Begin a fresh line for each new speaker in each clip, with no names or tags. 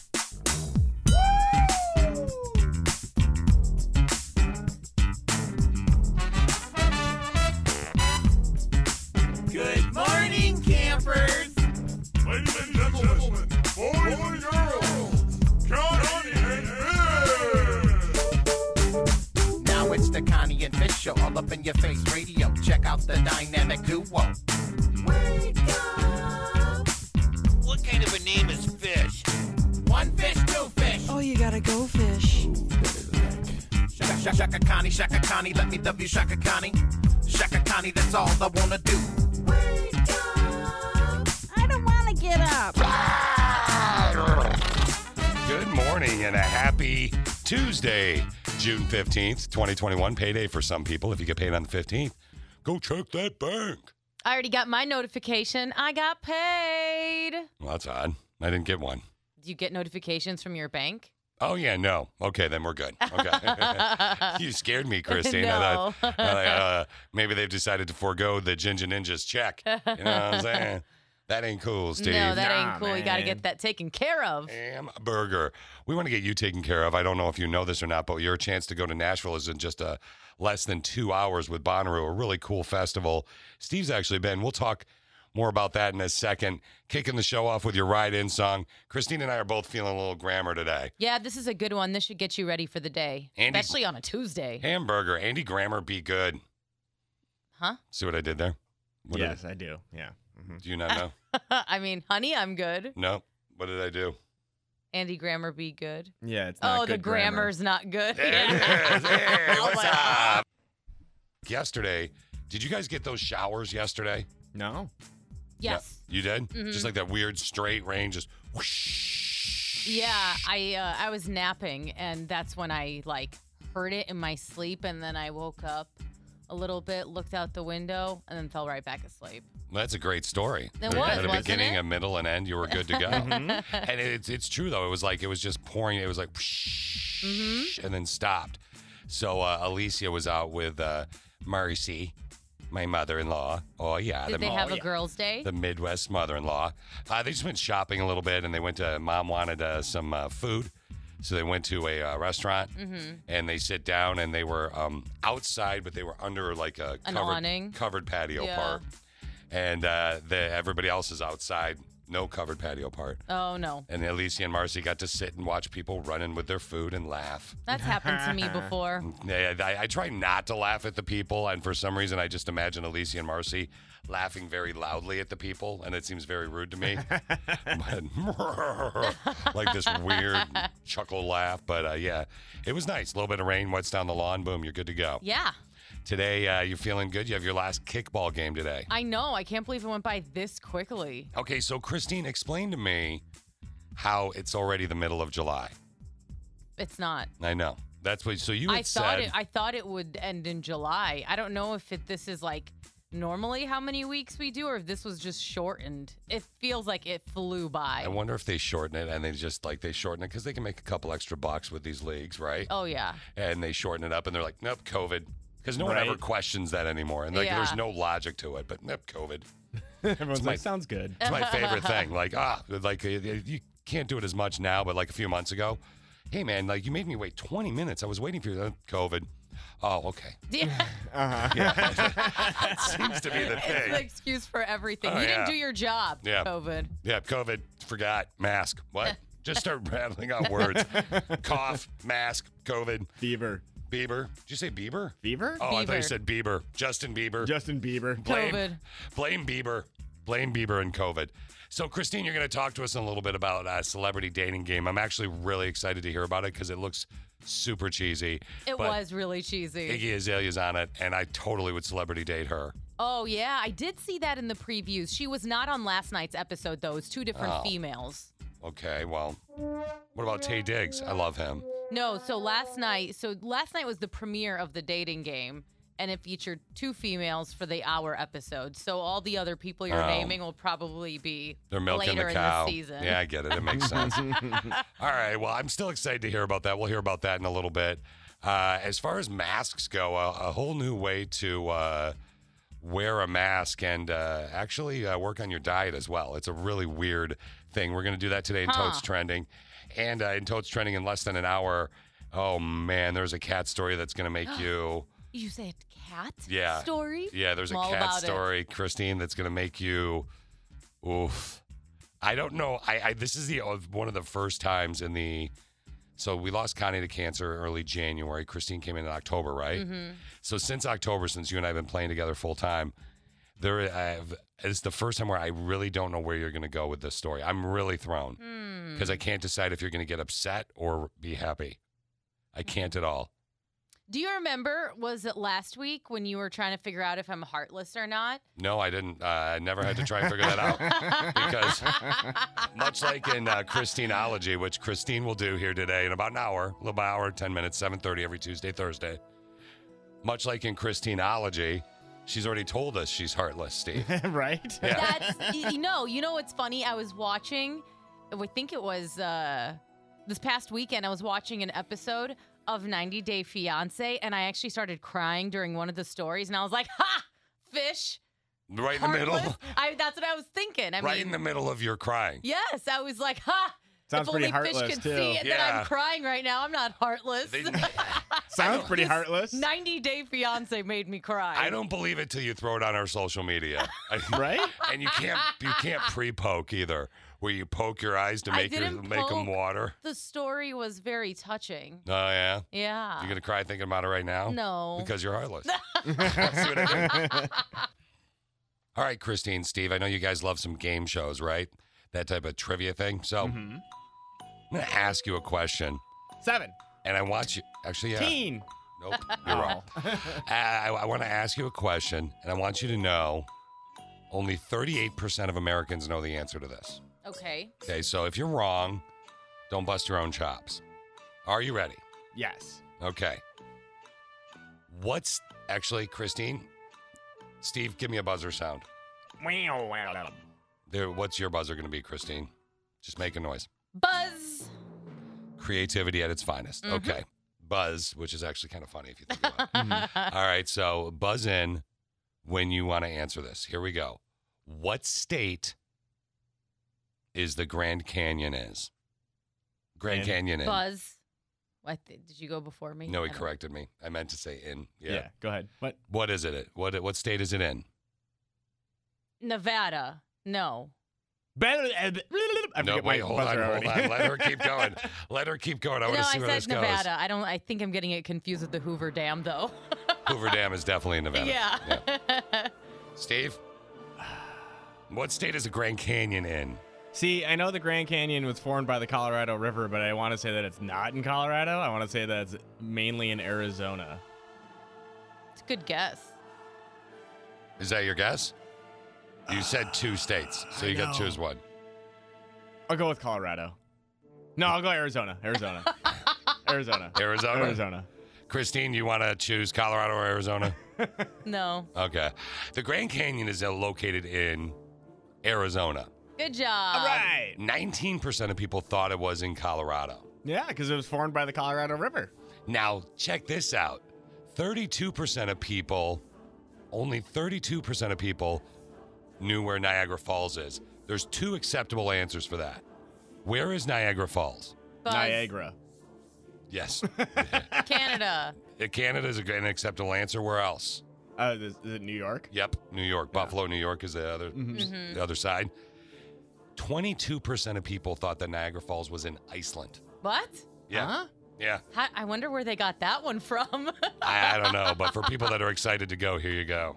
Good morning, campers.
Ladies and gentlemen, boys and girls, Johnny and Bill!
Now it's the Connie and Fish show, all up in your face radio. Check out the dynamic duo.
What kind of a name is Fish?
One fish, two fish.
Oh, you gotta go fish.
Shaka, shaka, shaka Connie, Shaka Connie, let me W Shaka Connie. Shaka Connie, that's all I wanna do.
I don't want to get up.
Good morning and a happy Tuesday, June 15th, 2021. Payday for some people. If you get paid on the 15th, go check that bank.
I already got my notification. I got paid.
Well, that's odd. I didn't get one.
Do you get notifications from your bank?
Oh, yeah, no. Okay, then we're good. Okay. you scared me, Christine. I
No.
thought I thought, uh, maybe they've decided to forego the Ginger Ninjas check. You know what I'm saying? That ain't cool, Steve.
No, that
Nah,
ain't cool. You got to
man.
get that taken care of.
Hamburger. We want to get you taken care of. I don't know if you know this or not, but your chance to go to Nashville is in just a less than two hours with Bonnaroo, a really cool festival. Steve's actually been. We'll talk more about that in a second. Kicking the show off with your ride in song. Christine and I are both feeling a little grammar today.
Yeah, this is a good one. This should get you ready for the day,
Andy-
especially on a Tuesday.
Hamburger, Andy Grammar, be good.
Huh?
See what I did there? What did I-
Yes, I do. Yeah. hmm
do you not know?
I mean, honey, I'm good.
no. What did I do?
Andy Grammar, be good.
Yeah, it's not
Oh, the
good grammar.
grammar's not good.
There it
Yeah.
is. Hey,
Oh
what's
my
up? Yesterday, did you guys get those showers yesterday?
No.
Yes.
You did?
Mhm.
Just like that weird straight rain, just whoosh.
Yeah, I uh, I was napping, and that's when I like heard it in my sleep, and then I woke up a little bit, looked out the window, and then fell right back asleep.
That's a great story.
It
You
was,
had a
wasn't
beginning,
it? Mm-hmm.
a middle, and end. You were good to go.
Mhm.
And it's it's true though. It was like it was just pouring. It was like whoosh,
Mm-hmm.
and then stopped. So uh, Alicia was out with uh, Marcy, my mother-in-law. Oh yeah,
Did
the,
they
oh,
have a
yeah.
girls' day?
the Midwest mother-in-law. Uh, they just went shopping a little bit, and they went to. Mom wanted uh, some uh, food, so they went to a uh, restaurant,
Mm-hmm.
and they sit down, and they were um, outside, but they were under like a
An
covered,
awning?
covered patio
Yeah.
part, and uh, the, everybody else is outside, no covered patio part.
oh no,
And Alicia and Marcy got to sit and watch people running with their food and laugh.
that's happened to me before.
I, I, I try not to laugh at the people, and for some reason, I just imagine Alicia and Marcy laughing very loudly at the people, and it seems very rude to me. but, like this weird chuckle laugh. But uh, yeah, it was nice. A little bit of rain wets down the lawn. Boom, you're good to go.
Yeah,
Today, uh, you're feeling good. You have your last kickball game today.
I know. I can't believe it went by this quickly.
Okay, so Christine, explain to me how it's already the middle of July.
It's not.
I know. That's what. So you had
I thought
said.
it. I thought it would end in July. I don't know if it, this is like normally how many weeks we do, or if this was just shortened. It feels like it flew by.
I wonder if they shorten it and they just like they shorten it because they can make a couple extra bucks with these leagues, right?
oh yeah.
And they shorten it up and they're like, nope, COVID. Because no
Right.
one ever questions that anymore. And like,
Yeah.
there's no logic to it, but nope, COVID.
Everyone's
my-
like, sounds good.
It's my favorite thing. Like, ah, like uh, you can't do it as much now, but like a few months ago, hey man, like you made me wait 20 minutes. I was waiting for you. Uh, COVID. Oh, okay.
Yeah.
Uh-huh.
That seems to be the
It's
thing.
an excuse for everything.
Oh,
you
yeah.
didn't do your job.
Yeah.
COVID.
Yeah, COVID, forgot, mask. What? Just start rattling out words. Cough, mask, COVID,
Beaver.
Bieber. Did you say Bieber?
Beaver?
Oh, I thought you
Bieber.
said Bieber. Justin Bieber.
Justin Bieber.
blame,
COVID.
Blame Bieber. Blame Bieber and COVID. So, Christine, you're going to talk to us in a little bit about uh, celebrity dating game. I'm actually really excited to hear about it because it looks super cheesy.
It
But
was really cheesy.
Iggy Azalea's on it, and I totally would celebrity date her.
Oh yeah, I did see that in the previews. She was not on last night's episode though. It's two different
Oh.
females.
Okay, well, what about Tay Diggs? I love him.
No, so last night, so last night was the premiere of the dating game. And it featured two females for the hour episode. So all the other people you're
Oh.
naming will probably be
They're milking
later
the cow.
in the season.
Yeah, I get it. It makes sense. All right. Well, I'm still excited to hear about that. We'll hear about that in a little bit. Uh, as far as masks go, a, a whole new way to uh, wear a mask and uh, actually uh, work on your diet as well. It's a really weird thing. We're going to do that today in
Huh.
Totes Trending. And uh, in Totes Trending in less than an hour, oh man, there's a cat story that's going to make you.
You said cat
Yeah.
story?
Yeah, there's a
I'm all
cat
about it.
story, Christine, that's going to make you. Oof. I don't know. I, I this is the uh, one of the first times in the. So we lost Connie to cancer early January. Christine came in in October, right?
Mm-hmm.
So since October, since you and I have been playing together full time, there I've, it's the first time where I really don't know where you're going to go with this story. I'm really thrown
Mm-hmm. Hmm.
because I can't decide if you're going to get upset or be happy. I can't at all.
Do you remember? Was it last week when you were trying to figure out if I'm heartless or not?
No, I didn't. Uh, I never had to try and figure that out. because much like in uh, Christineology, which Christine will do here today in about an hour, a little by hour, 10 minutes, 7.30 every Tuesday, Thursday. Much like in Christineology, she's already told us she's heartless, Steve.
right?
Yeah.
That's y- no. You know what's funny? I was watching. I think it was uh, this past weekend. I was watching an episode of 90 Day Fiance, and I actually started crying during one of the stories, and I was like, "Ha, fish."
right in the middle.
heartless." I, that's what I was thinking. I
right
mean,
in the middle of your crying.
yes, I was like, "Ha."
Sounds
if
pretty
only
heartless,
fish could
too.
see it, that
Yeah.
I'm crying right now. I'm not heartless.
They-
Sounds pretty
This
heartless.
90 Day Fiance made me cry.
I don't believe it till you throw it on our social media. I-
Right?
And you can't you can't pre-poke either, where you poke your eyes to
I
make your,
didn't
make them
poke.
water.
The story was very touching.
Oh yeah,
Yeah.
you're gonna cry thinking about it right now.
no.
Because you're heartless. See what I did? All right, Christine, Steve, I know you guys love some game shows, right? That type of trivia thing. So
Mm-hmm.
I'm going to ask you a question,
Seven.
and I want you. Actually, yeah.
Teen.
Nope, you're wrong. I, I want to ask you a question, and I want you to know only 38% of Americans know the answer to this.
okay.
Okay, so if you're wrong, don't bust your own chops. Are you ready?
Yes.
Okay. What's actually, Christine? Steve, give me a buzzer sound. There, what's your buzzer going to be, Christine? Just make a noise.
Buzz.
Creativity at its finest.
Mm-hmm.
Okay. Buzz, which is actually kind of funny if you think about it. All right. So buzz in when you want to answer this. Here we go. What state is the Grand Canyon is? Grand
In.
Canyon in.
Buzz. What th- did you go before me?
No,
I
he
don't-
corrected me. I meant to say in.
Yeah.
yeah.
Go ahead. What?
What is it? What what state is it in?
Nevada. No.
Better. I forget
no,
my
wait, hold on,
buzzer
hold
already.
on. Let her keep going. Let her keep going. I want
no,
to see
I
where
said
this
Nevada. I don't. I think I'm getting it confused with the Hoover Dam, though.
goes. Hoover Dam is definitely in Nevada.
yeah.
Steve, what state is the Grand Canyon in?
See, I know the Grand Canyon was formed by the Colorado River, but I want to say that it's not in Colorado. I want to say that it's mainly in Arizona.
it's a good guess.
Is that your guess? You said two states, so you got to
know.
choose one.
I'll go with Colorado. No, I'll go Arizona. Arizona. Arizona.
Arizona.
Arizona.
Christine, you want to choose Colorado or Arizona?
No.
okay. The Grand Canyon is uh, located in Arizona.
Good job.
All right.
19% of people thought it was in Colorado.
Yeah, because it was formed by the Colorado River.
Now, check this out 32% of people, only 32% of people knew where Niagara Falls is. There's two acceptable answers for that. Where is Niagara Falls?
Buzz.
Niagara.
Yes.
Canada.
Canada is an acceptable answer. Where else?
Uh, is, is it New York?
Yep, New York. Buffalo, New York is the other the other side. 22% of people thought that Niagara Falls was in Iceland.
What?
Yeah.
Huh?
Yeah.
How, I wonder where they got that one from.
I, I don't know, but for people that are excited to go, here you go.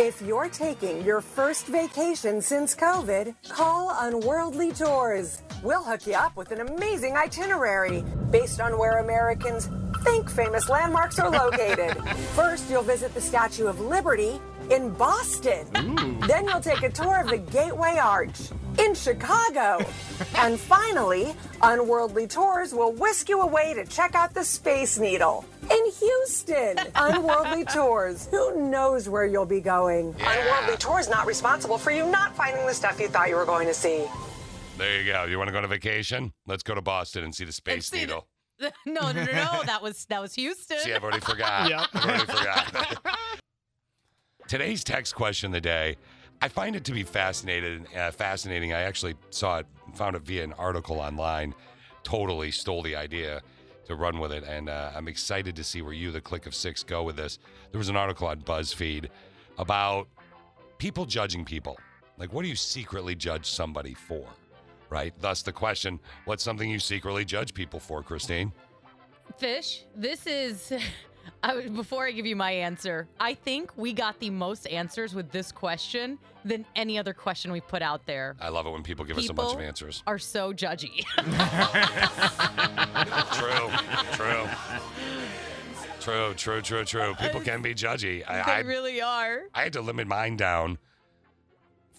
If you're taking your first vacation since COVID, call Unworldly Tours. We'll hook you up with an amazing itinerary based on where Americans think famous landmarks are located. first, you'll visit the Statue of Liberty in Boston. Then you'll take a tour of the Gateway Arch in Chicago. and finally, Unworldly Tours will whisk you away to check out the Space Needle in Houston. Unworldly Tours. Who knows where you'll be going? Unworldly Tours not responsible for you not finding the stuff you thought you were going to see.
There you go. You want to go on a vacation? Let's go to Boston and see the Space
see the-
Needle.
no, no, no, no. That was that was Houston.
See, I've already forgot.
Yep.
I've already forgot. Today's text question of the day. I find it to be fascinated, uh, fascinating. I actually saw it, found it via an article online. Totally stole the idea to run with it, and uh, I'm excited to see where you, the Click of Six, go with this. There was an article on BuzzFeed about people judging people. Like, what do you secretly judge somebody for? Right. Thus, the question: What's something you secretly judge people for, Christine?
Fish, this is. I, would- before I give you my answer, I think we got the most answers with this question than any other question we put out there.
I love it when people give us a bunch
People
of answers.
Are so judgy.
True, true. True, true, true, true. People can be judgy. I,
they
I,
really are.
I had to limit mine down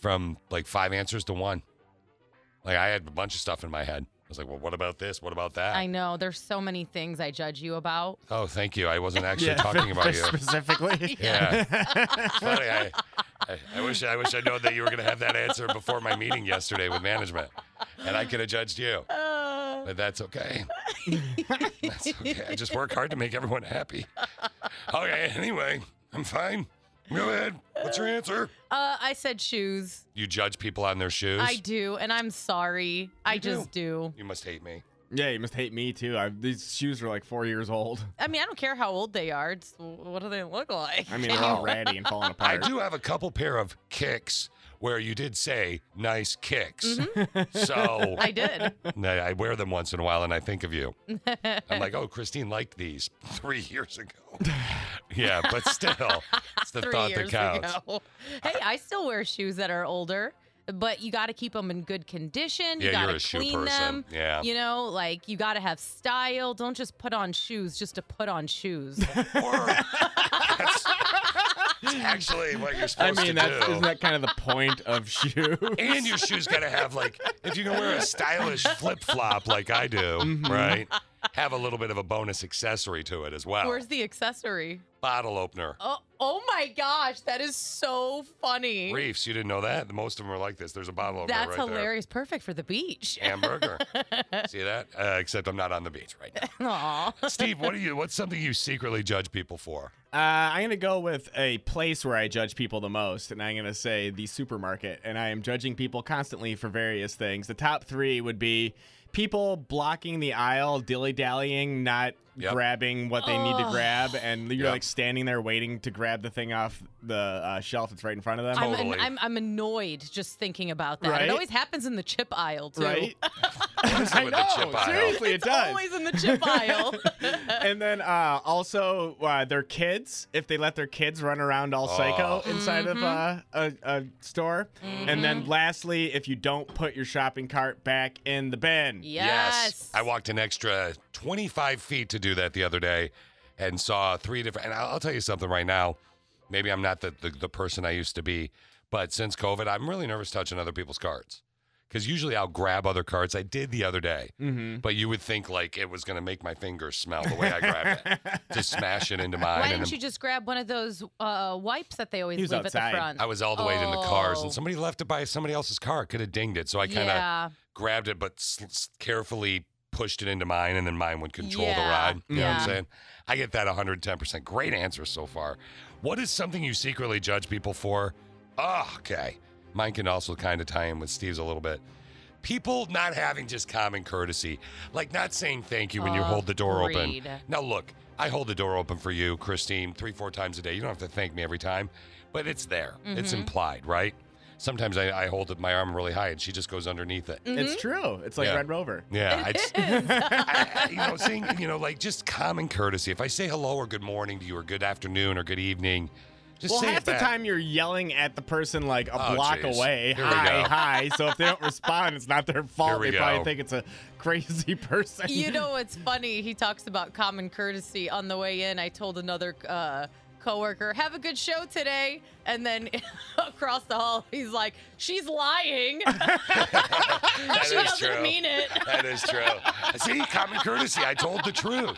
from like five answers to one. Like I had a bunch of stuff in my head. I was like, well, what about this? What about that?
I know. There's so many things I judge you about.
oh, thank you. I wasn't actually talking about you.
specifically.
Yeah. It's funny. I, I, I wish I wish I known that you were going to have that answer before my meeting yesterday with management, and I could have judged you.
Uh,
But that's okay. that's okay. I just work hard to make everyone happy. Okay, anyway, I'm fine. Go ahead. What's your answer?
uh, I said shoes.
You judge people on their shoes?
I do, and I'm sorry. I
You do.
just do.
You must hate me.
Yeah, you must hate me too. I, these shoes are like four years old.
I mean, I don't care how old they are. It's what do they look like?
I mean, they're all ratty and falling
I
apart.
do have a couple pair of kicks where you did say nice kicks. So
I did.
And I, I wear them once in a while and I think of you. I'm like, oh, Christine liked these three years ago. yeah, but still, it's the
Three
thought that
years
counts.
ago. Hey, I still wear shoes that are older, but you got to keep them in good condition. you
Yeah,
got
you're
to
a shoe
clean
person.
them.
Yeah.
You know, like you got to have style. Don't just put on shoes just to put on shoes.
Or that's that's actually what you're
I
supposed
mean,
to
that's
do.
isn't that kind of the point of shoes?
and your shoes got to have like if you're gonna wear a stylish flip flop like I do,
Mm-hmm.
right? Have a little bit of a bonus accessory to it as well.
Where's the accessory?
Bottle opener.
Oh, oh my gosh, that is so funny.
Reefs, you didn't know that? Most of them are like this. There's a bottle opener
That's
right
hilarious. Perfect for the beach.
there. Hamburger. See that? Uh, except I'm not on the beach right now.
Aw.
Steve, what do you? What's something you secretly judge people for?
Uh, I'm gonna go with a place where I judge people the most, and I'm gonna say the supermarket. And I am judging people constantly for various things. The top three would be people blocking the aisle, dilly dallying, not
Yep.
grabbing what they need to
Ugh.
grab, and you're
Yep.
like standing there waiting to grab the thing off the uh, shelf that's right in front of them.
I'm, an-
Totally.
I'm, I'm annoyed just thinking about that.
Right?
It always happens in the chip aisle, too.
right?
With
I
the
know,
chip aisle.
seriously,
It's
it does.
always in the chip aisle.
and then uh, also uh, their kids, if they let their kids run around all psycho
Oh.
inside
Mm-hmm.
of uh, a, a store. And then lastly, if you don't put your shopping cart back in the bin.
yes.
I walked an extra 25 feet to do that the other day and saw three different. And I'll I'll tell you something right now. Maybe I'm not the, the, the person I used to be, but since COVID, I'm really nervous touching other people's cards. Because usually I'll grab other cards. I did the other day, but you would think like it was going to make my fingers smell the way I grabbed it, just smash it into mine.
Why
and
didn't
I'm-
you just grab one of those uh, wipes that they always
He was
leave at
outside.
the front?
I was all the way in the cars,
Oh.
and somebody left it by somebody else's car. Could have dinged it, so I kind of
yeah.
grabbed it, but s- s- carefully pushed it into mine, and then mine would control the
Yeah.
ride. You know what
Yeah.
I'm saying? I get that 110%. Great answer so far. What is something you secretly judge people for? Oh, okay. Mine can also kind of tie in with Steve's a little bit. People not having just common courtesy, like not saying thank you when you hold the door open.
Agreed.
Now, look, I hold the door open for you, Christine, three, four times a day. You don't have to thank me every time, but it's there. It's
Mm-hmm.
implied, right? Sometimes I, I hold my arm really high and she just goes underneath it.
Mm-hmm.
It's true. It's like
Yeah.
Red Rover.
Yeah, I just, I, I- you know, saying you know, like just common courtesy. If I say hello or good morning to you, or good afternoon or good evening, just
Well,
say
half
it
the
back.
time you're yelling at the person like a
Oh,
block
jeez.
away,
Here we
hi,
go.
hi. So if they don't respond, it's not their
Here
fault.
we
They probably
go.
think it's a crazy person.
You know what's funny? He talks about common courtesy. On the way in, I told another uh, coworker, "Have a good show today," and then across the hall, he's like, "She's lying.
That
she
is
doesn't
true.
mean it."
That is true. See, common courtesy. I told the truth.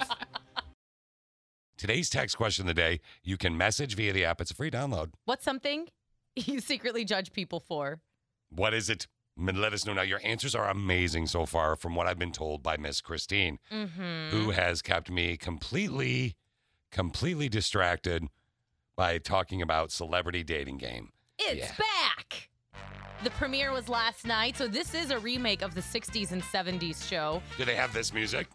Today's text question of the day: You can message via the app. It's a free download.
What's something you secretly judge people for?
What is it? M- Let us know now. Your answers are amazing so far, from what I've been told by Miss Christine,
Mm-hmm.
Mm.
who has kept me completely, completely distracted by talking about celebrity dating game.
It's
Yeah.
back. The premiere was last night, so this is a remake of the 60s and 70s show.
Do they have this music?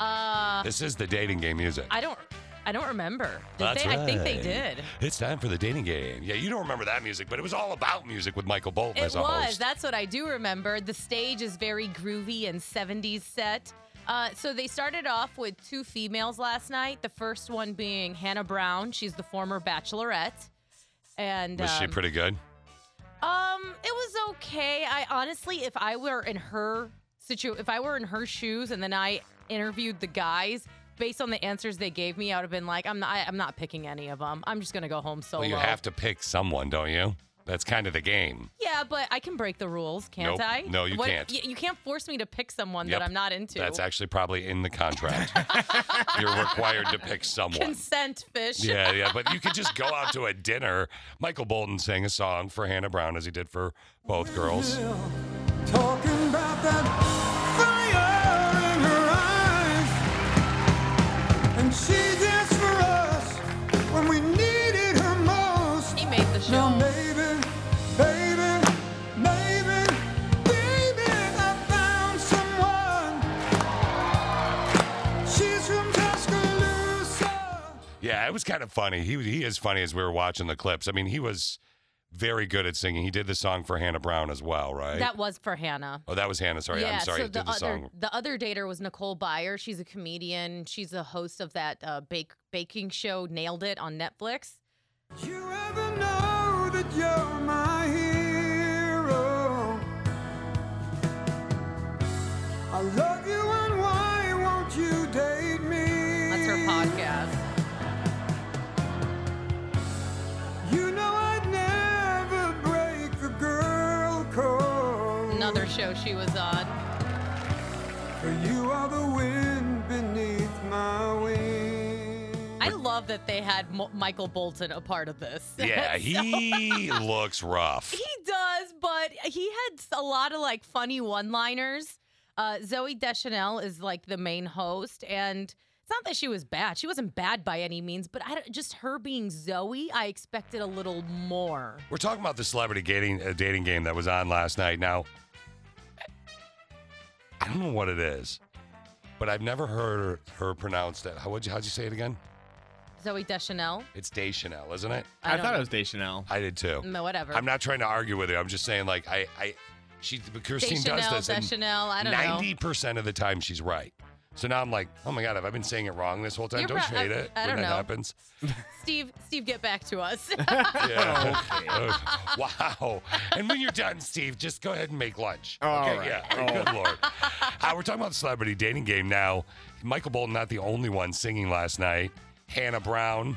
Uh,
This is the dating game music.
I don't, I don't remember. Did
That's
they? I think they
right.
did.
It's time for the dating game. Yeah, you don't remember that music, but it was all about music with Michael Bolton
It
as a
was.
host.
That's what I do remember. The stage is very groovy and 70s set. Uh, so they started off with two females last night. The first one being Hannah Brown. She's the former Bachelorette, and
was she
um,
pretty good?
Um, it was okay. I honestly, if I were in her situ, if I were in her shoes, and then I interviewed the guys based on the answers they gave me, I would have been like, I'm not, I, am not picking any of them. I'm just gonna go home solo.
Well, you have to pick someone, don't you? That's kind of the game.
Yeah, but I can break the rules, can't
Nope.
I?
No, you can't.
You, you can't force me to pick someone
Yep.
that I'm not into.
That's actually probably in the contract. You're required to pick someone.
consent, fish.
Yeah, yeah, but you could just go out to a dinner. Michael Bolton sang a song for Hannah Brown as he did for both girls.
Talking about that fire in her eyes. And she danced for us when we needed her most.
He made the show.
Now, maybe, baby, maybe, baby, I found someone. She's from Tuscaloosa.
Yeah, it was kind of funny. He he is funny as we were watching the clips. I mean, he was very good at singing. He did the song for Hannah Brown as well, right?
That was for Hannah.
oh, that was Hannah. Sorry,
yeah,
I'm sorry.
so
he
the
did the
other
song.
the other dater was Nicole Byer. She's a comedian. She's the host of that uh, bake baking show Nailed It on Netflix.
You ever know that you're my hero? I love you and why won't you date me?
That's her podcast.
You know I'd never break a girl code.
Another show she was on.
For you are the wind beneath my wings.
I love that they had Mo- Michael Bolton a part of this.
Yeah, he looks rough.
He does, but he had a lot of like funny one-liners. Uh, Zoe Deschanel is like the main host, and it's not that she was bad. She wasn't bad by any means, but I don't- just her being Zoe, I expected a little more.
We're talking about the celebrity dating uh, dating game that was on last night. Now, I don't know what it is, but I've never heard her pronounce that. How would you how'd you say it again?
Zoe Deschanel.
It's Deschanel, isn't it?
I,
don't
thought it was Deschanel.
I did too.
No, whatever.
I'm not trying to argue with her. I'm just saying, like, I, I, she, Christine
Deschanel,
does this, and
Deschanel, I don't know.
ninety percent of the time she's right. So now I'm like, oh my god, have I been saying it wrong this whole time?
You're
don't you
right.
hate
I-
it
I
when
don't
that
know.
happens?
Steve, Steve, get back to us.
Yeah. wow. And when you're done, Steve, just go ahead and make lunch.
All
okay.
right.
Yeah. Good lord. Uh, we're talking about the celebrity dating game now. Michael Bolton, not the only one singing last night. Hannah Brown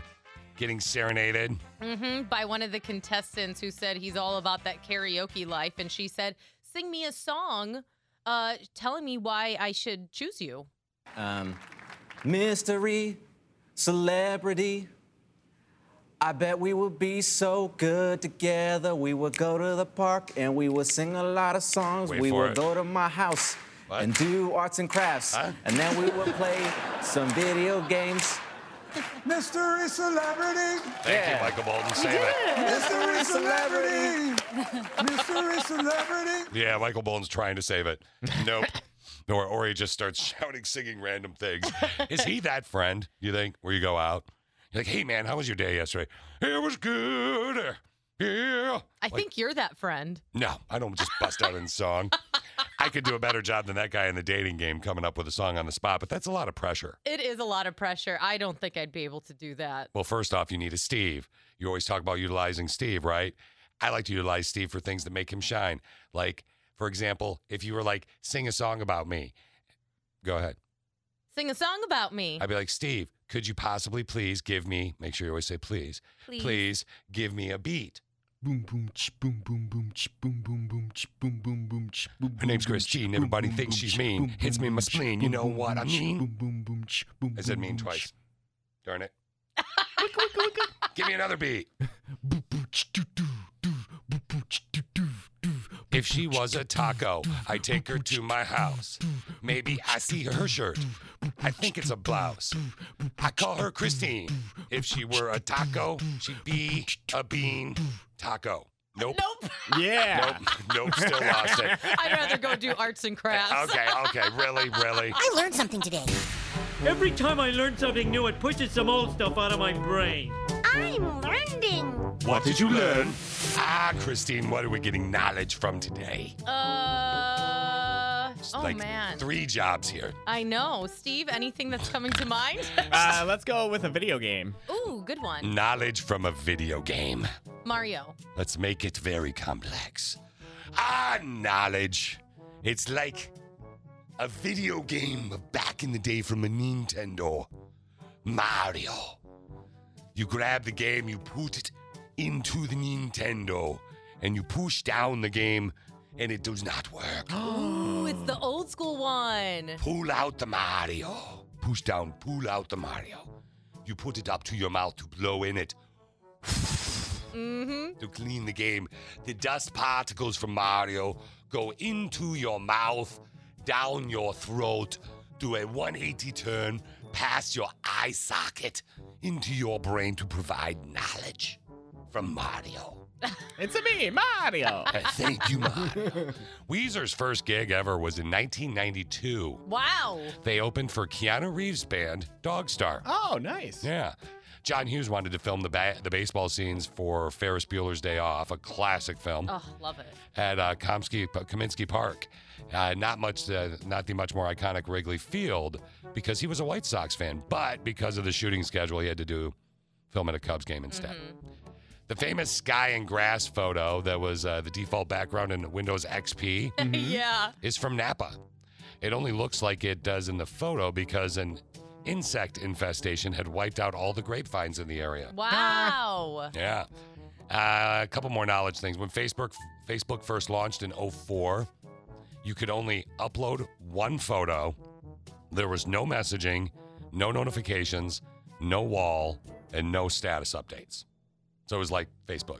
getting serenaded.
hmm by one of the contestants who said he's all about that karaoke life, and she said, "Sing me a song, uh, telling me why I should choose you."
Um, mystery, celebrity. I bet we would be so good together. We would go to the park and we would sing a lot of songs.
Wait
we
for
would
it.
go to my house
What?
and do arts and crafts.
Huh?
And then we would play some video games.
Mystery celebrity.
Thank you,
Yeah.
Michael Bolton. Save it.
Mystery celebrity. Mystery celebrity.
Yeah, Michael Bolton's trying to save it. Nope. Or, or he just starts shouting, singing random things. Is he that friend, you think, where you go out? You're like, hey, man, how was your day yesterday? It was good. Yeah.
I think you're that friend.
No, I don't just bust out in song. I could do a better job than that guy in the dating game coming up with a song on the spot, but that's a lot of pressure.
It is a lot of pressure. I don't think I'd be able to do that.
Well, first off, you need a Steve. You always talk about utilizing Steve, right? I like to utilize Steve for things that make him shine. Like, for example, if you were like, sing a song about me, go ahead.
Sing a song about me.
I'd be like, Steve, could you possibly please give me, make sure you always say please, please,
Please.
give me a beat.
Boom, boom, ch, boom, boom, boom, ch, boom, boom, boom, ch, boom, boom, boom, ch, boom,
Her name's
boom, boom,
Christine.
ch,
Everybody
boom,
thinks
boom,
she's
ch,
mean.
boom,
Hits
boom,
me in my
boom, ch,
spleen. You
boom,
know
boom,
what I
boom, ch,
mean?
Boom, boom, boom, ch, boom,
I said
boom,
mean
boom,
twice.
ch,
Darn it. Give me another beat.
boom, boom, ch, doo, doo, doo, boom, boom, ch, doo, doo, doo, boom,
If she was a taco, I take her to my house. Maybe I see her shirt. I think it's a blouse. I call her Christine. If she were a taco, she'd be a bean taco. Nope.
Nope.
Yeah.
Nope. Nope. Still lost it.
I'd rather go do arts and crafts.
Okay. Okay. Really. Really.
I learned something today.
Every time I learn something new, it pushes some old stuff out of my brain.
I'm learning.
What did you learn? Ah, Christine, what are we getting knowledge from today?
Uh.
It's
Oh
like
man.
Three jobs here.
I know, Steve. Anything that's coming to mind?
Uh, let's go with a video game.
Ooh, good one.
Knowledge from a video game.
Mario.
Let's make it very complex. Ah, knowledge. It's like a video game of back in the day from a Nintendo. Mario. You grab the game, you put it into the Nintendo, and you push down the game, and it does not work.
Ooh, it's the old school one.
Pull out the Mario. Push down, pull out the Mario. You put it up to your mouth to blow in it. To clean the game. The dust particles from Mario go into your mouth, down your throat, do a 180 turn, past your eye socket, into your brain to provide knowledge from Mario.
It's a me, Mario.
Uh, Thank you, Mario. Weezer's first gig ever was in 1992.
Wow.
They opened for Keanu Reeves' band, Dogstar.
Oh, nice.
Yeah. John Hughes wanted to film the, ba- the baseball scenes for Ferris Bueller's Day Off, a classic film,
Oh, love it.
at uh, Komsky, Kaminsky Park. Uh, not much, uh, not the much more iconic Wrigley Field because he was a White Sox fan, but because of the shooting schedule, he had to do film at a Cubs game instead. The famous sky and grass photo that was uh, the default background in Windows XP
yeah.
is from Napa. It only looks like it does in the photo because an insect infestation had wiped out all the grapevines in the area.
Wow.
Yeah. Uh, a couple more knowledge things. When Facebook Facebook first launched in 04, you could only upload one photo. There was no messaging, no notifications, no wall, and no status updates. So it was like Facebook.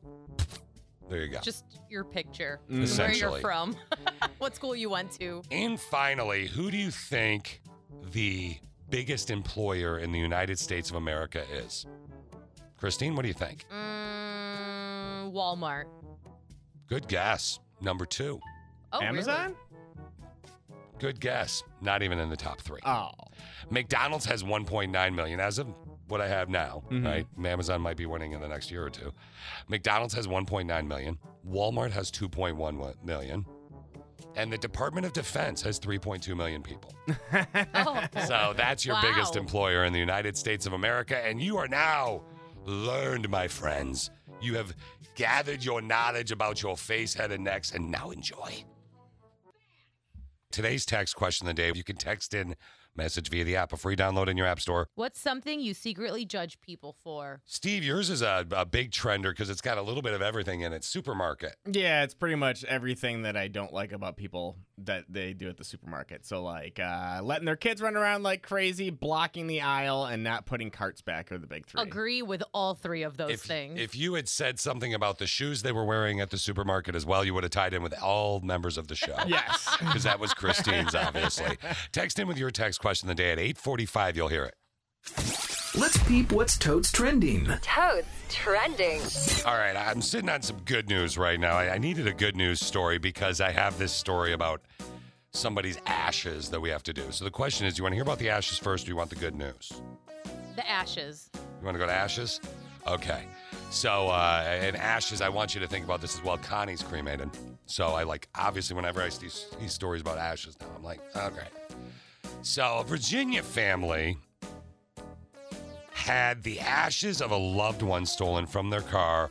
There you go.
Just your picture.
Mm.
Where you're
Essentially.
from. what school you went to.
And finally, who do you think the biggest employer in the United States of America is? Christine, what do you think?
Mm, Walmart.
Good guess. Number two.
Oh, really?
Amazon?
Good guess. Not even in the top three.
Oh.
McDonald's has 1.9 million as of what I have now,
Mhm.
right? Amazon might be winning in the next year or two. McDonald's has 1.9 million. Walmart has 2.1 wa- million. And the Department of Defense has 3.2 million people.
Oh.
So that's your biggest
Wow.
employer in the United States of America. And you are now learned, my friends. You have gathered your knowledge about your face, head, and necks, and now enjoy. Today's text question of the day you can text in message via the app, a free download in your app store.
What's something you secretly judge people for?
Steve, yours is a, a big trender because it's got a little bit of everything in it. Supermarket.
Yeah, it's pretty much everything that I don't like about people that they do at the supermarket. So, like, uh, letting their kids run around like crazy, blocking the aisle, and not putting carts back are the big three.
Agree with all three of those
if,
things.
if you had said something about the shoes they were wearing at the supermarket as well, you would have tied in with all members of the show.
Yes.
because that was Christine's, obviously. Text in with your text question of the day at 845. You'll hear it.
Let's peep what's totes trending.
Toads trending.
All right, I'm sitting on some good news right now. I, I needed a good news story because I have this story about somebody's ashes that we have to do. So the question is, do you want to hear about the ashes first or do you want the good news?
the ashes.
You want to go to ashes? Okay. So, uh, and ashes, I want you to think about this as well. Connie's cremated. So, I like, obviously, whenever I see these stories about ashes now, I'm like, okay. So, a Virginia family had the ashes of a loved one stolen from their car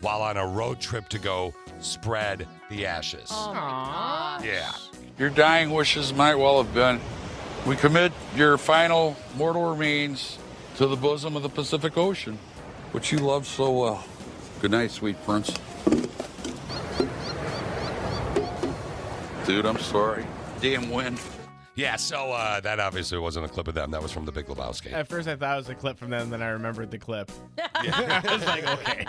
while on a road trip to go spread the ashes.
Oh, my gosh.
Yeah.
Your dying wishes might well have been we commit your final mortal remains to the bosom of the Pacific Ocean, which you love so well. Good night, sweet prince. Dude, I'm sorry. Damn wind.
Yeah, so uh, that obviously wasn't a clip of them. That was from The Big Lebowski.
At first, I thought it was a clip from them, then I remembered the clip. I was like, okay.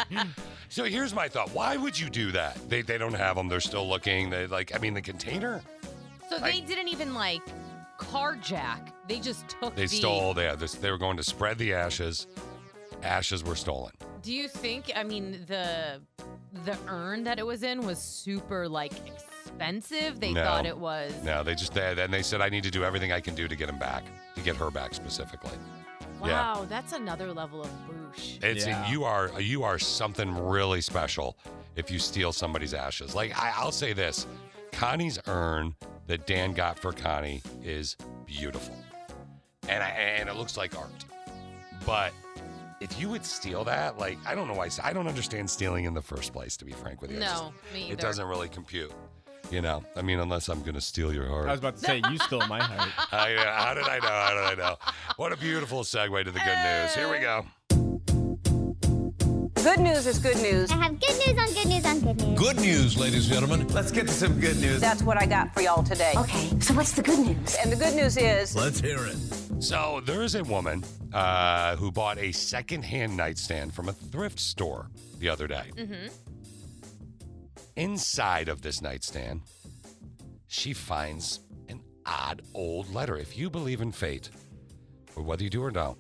So here's my thought. Why would you do that? They, they don't have them. They're still looking. They like I mean the container.
So they didn't even like carjack. They just took.
They
the,
stole. They had this, they were going to spread the ashes. Ashes were stolen.
Do you think? I mean, the the urn that it was in was super like expensive. They
No.
thought it was.
No, they just they, then they said I need to do everything I can do to get him back, to get her back specifically. Yeah.
Wow, that's another level of boosh.
It's and you are you are something really special if you steal somebody's ashes. Like I, I'll say this, Connie's urn that Dan got for Connie is beautiful, and I, and it looks like art. But if you would steal that, like I don't know why I don't understand stealing in the first place. To be frank with you, I
No, me either.
it doesn't really compute. You know, I mean, unless I'm going to steal your heart.
I was about to say, you stole my heart.
I, uh, how did I know? How did I know? What a beautiful segue to the good news. Here we go.
Good news is good news.
I have good news on good news on good news.
Good news, ladies and gentlemen. Let's get to some good news.
That's what I got for y'all today. Okay, so what's the good news? And the good news is
Let's hear it.
So there is a woman uh, who bought a secondhand nightstand from a thrift store the other day.
Mm-hmm.
Inside of this nightstand, she finds an odd old letter. If you believe in fate, or whether you do or don't,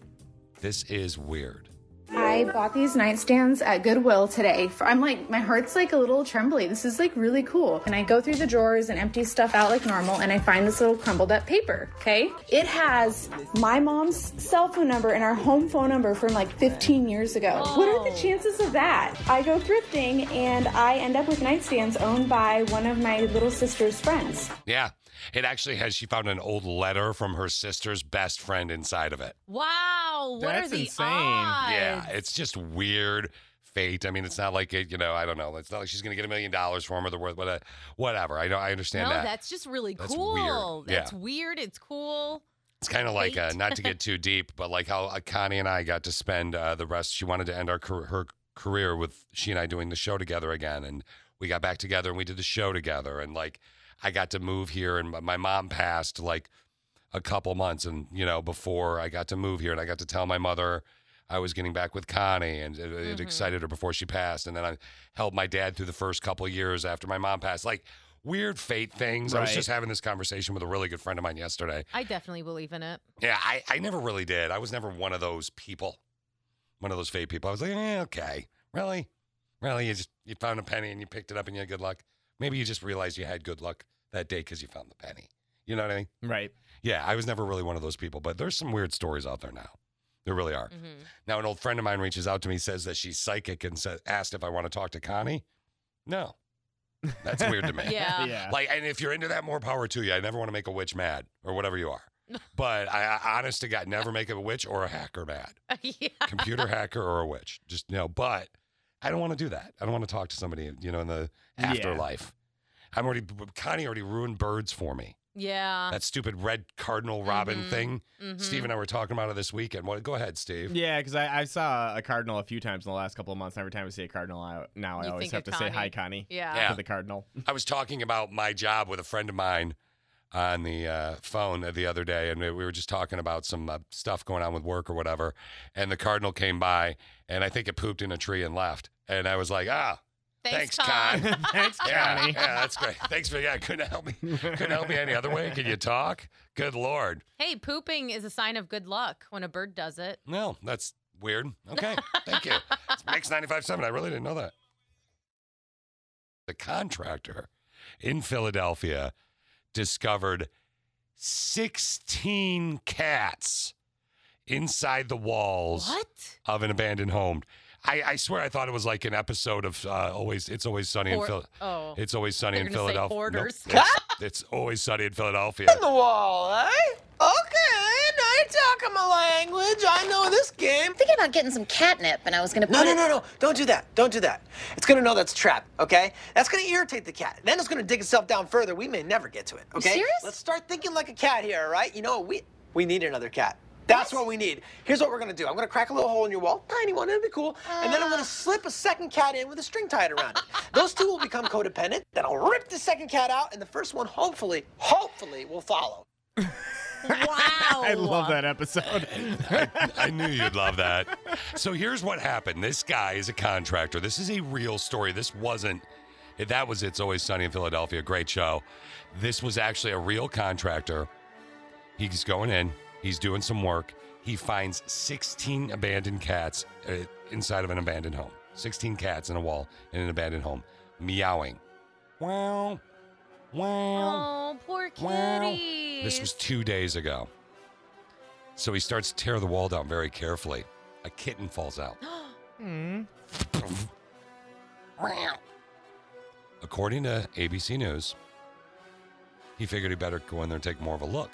this is weird.
I bought these nightstands at Goodwill today. For- I'm like, my heart's like a little trembly. This is like really cool. And I go through the drawers and empty stuff out like normal, and I find this little crumbled up paper. Okay. It has my mom's cell phone number and our home phone number from like 15 years ago. What are the chances of that? I go thrifting and I end up with nightstands owned by one of my little sister's friends.
Yeah, it actually has. She found an old letter from her sister's best friend inside of it.
Wow, what are the odds?
Yeah, it's just weird fate. I mean, it's not like it, you know, I don't know. It's not like she's going to get a million dollars for him or the worth, what- uh, whatever. I know, I understand
no,
that.
that's just really
uh, That's
cool.
weird.
That's
Yeah.
weird. It's cool.
It's kind of like uh, not to get too deep, but like how uh, Connie and I got to spend uh, the rest. She wanted to end our car- her career with she and I doing the show together again, and we got back together and we did the show together, and like I got to move here, and my- my mom passed like a couple months, and you know before I got to move here, and I got to tell my mother. I was getting back with Connie, and it, it excited her before she passed. And then I helped my dad through the first couple of years after my mom passed. Like weird fate things. I was
Right.
just having this conversation with a really good friend of mine yesterday,
I definitely believe in it.
yeah, I, I never really did. I was never one of those people, one of those fake people. I was like, eh, okay, really, really, you just you found a penny and you picked it up and you had good luck. Maybe you just realized you had good luck that day because you found the penny. You know what I mean?
Right.
Yeah, I was never really one of those people, but there's some weird stories out there now. There really are.
Mm. Mm-hmm.
Now, an old friend of mine reaches out to me, says that she's psychic, and sa- asked if I want to talk to Connie. No, that's weird to me.
Yeah. Yeah.
Like, and if you're into that, more power to you. I never want to make a witch mad or whatever you are. But I, I honest to God, never make a witch or a hacker mad.
yeah.
Computer hacker or a witch. Just you know, but I don't want to do that. I don't want to talk to somebody, you know, in the
Yeah.
afterlife. I'm already Connie already ruined birds for me.
Yeah.
That stupid red cardinal robin
Mhm.
thing.
Mhm.
Steve and I were talking about it this weekend. What go ahead, Steve.
Yeah, because I, I saw a cardinal a few times in the last couple of months. and Every time I see a cardinal I, now, I
You
always
think
have to
of
say hi,
Connie."
Connie.
Yeah.
to
Yeah.
the cardinal.
I was talking about my job with a friend of mine on the uh, phone the other day, and we were just talking about some uh, stuff going on with work or whatever. And the cardinal came by, and I think it pooped in a tree and left. And I was like, ah.
Thanks,
Con.
Thanks,
yeah,
Connie.
yeah, that's great. Thanks for yeah. Couldn't help me. Couldn't help me any other way. Can you talk? Good lord.
Hey, pooping is a sign of good luck when a bird does it.
No, that's weird. Okay, thank you. It's Mix 95.7. I really didn't know that. The contractor in Philadelphia discovered 16 cats inside the walls
What?
of an abandoned home. I, I swear I thought it was like an episode of uh, Always It's Always Sunny in
Hor-
Phil-
oh.
It's Always Sunny
They're
in
gonna say
Philadelphia.
hoarders.
it's, it's Always Sunny in Philadelphia.
the wall, eh? Okay, now you're talking my language. I know this game. Thinking about getting some catnip, and I was gonna. No, no, no, no! Don't do that. Don't do that. It's gonna know that's a trap. Okay, that's gonna irritate the cat. Then it's gonna dig itself down further. We may never get to it. Okay.
serious?
Let's start thinking like a cat here, all right? You know what? We we need another cat. That's what we need. Here's what we're gonna do. I'm gonna crack a little hole in your wall, tiny one, it'll be cool. And then I'm gonna slip a second cat in with a string tied around it. Those two will become codependent. Then I'll rip the second cat out, and the first one, hopefully, hopefully, will follow.
I love that episode.
I, I knew you'd love that. So here's what happened. This guy is a contractor. This is a real story. This wasn't. That was It's Always Sunny in Philadelphia. Great show. This was actually a real contractor. He's going in. He's doing some work. He finds 16 abandoned cats uh, inside of an abandoned home. 16 cats in a wall in an abandoned home, meowing. Wow. Wow.
Oh, poor kitty.
This was two days ago. So he starts to tear the wall down very carefully. A kitten falls out. Hmm. According to ABC News, he figured he better go in there and take more of a look.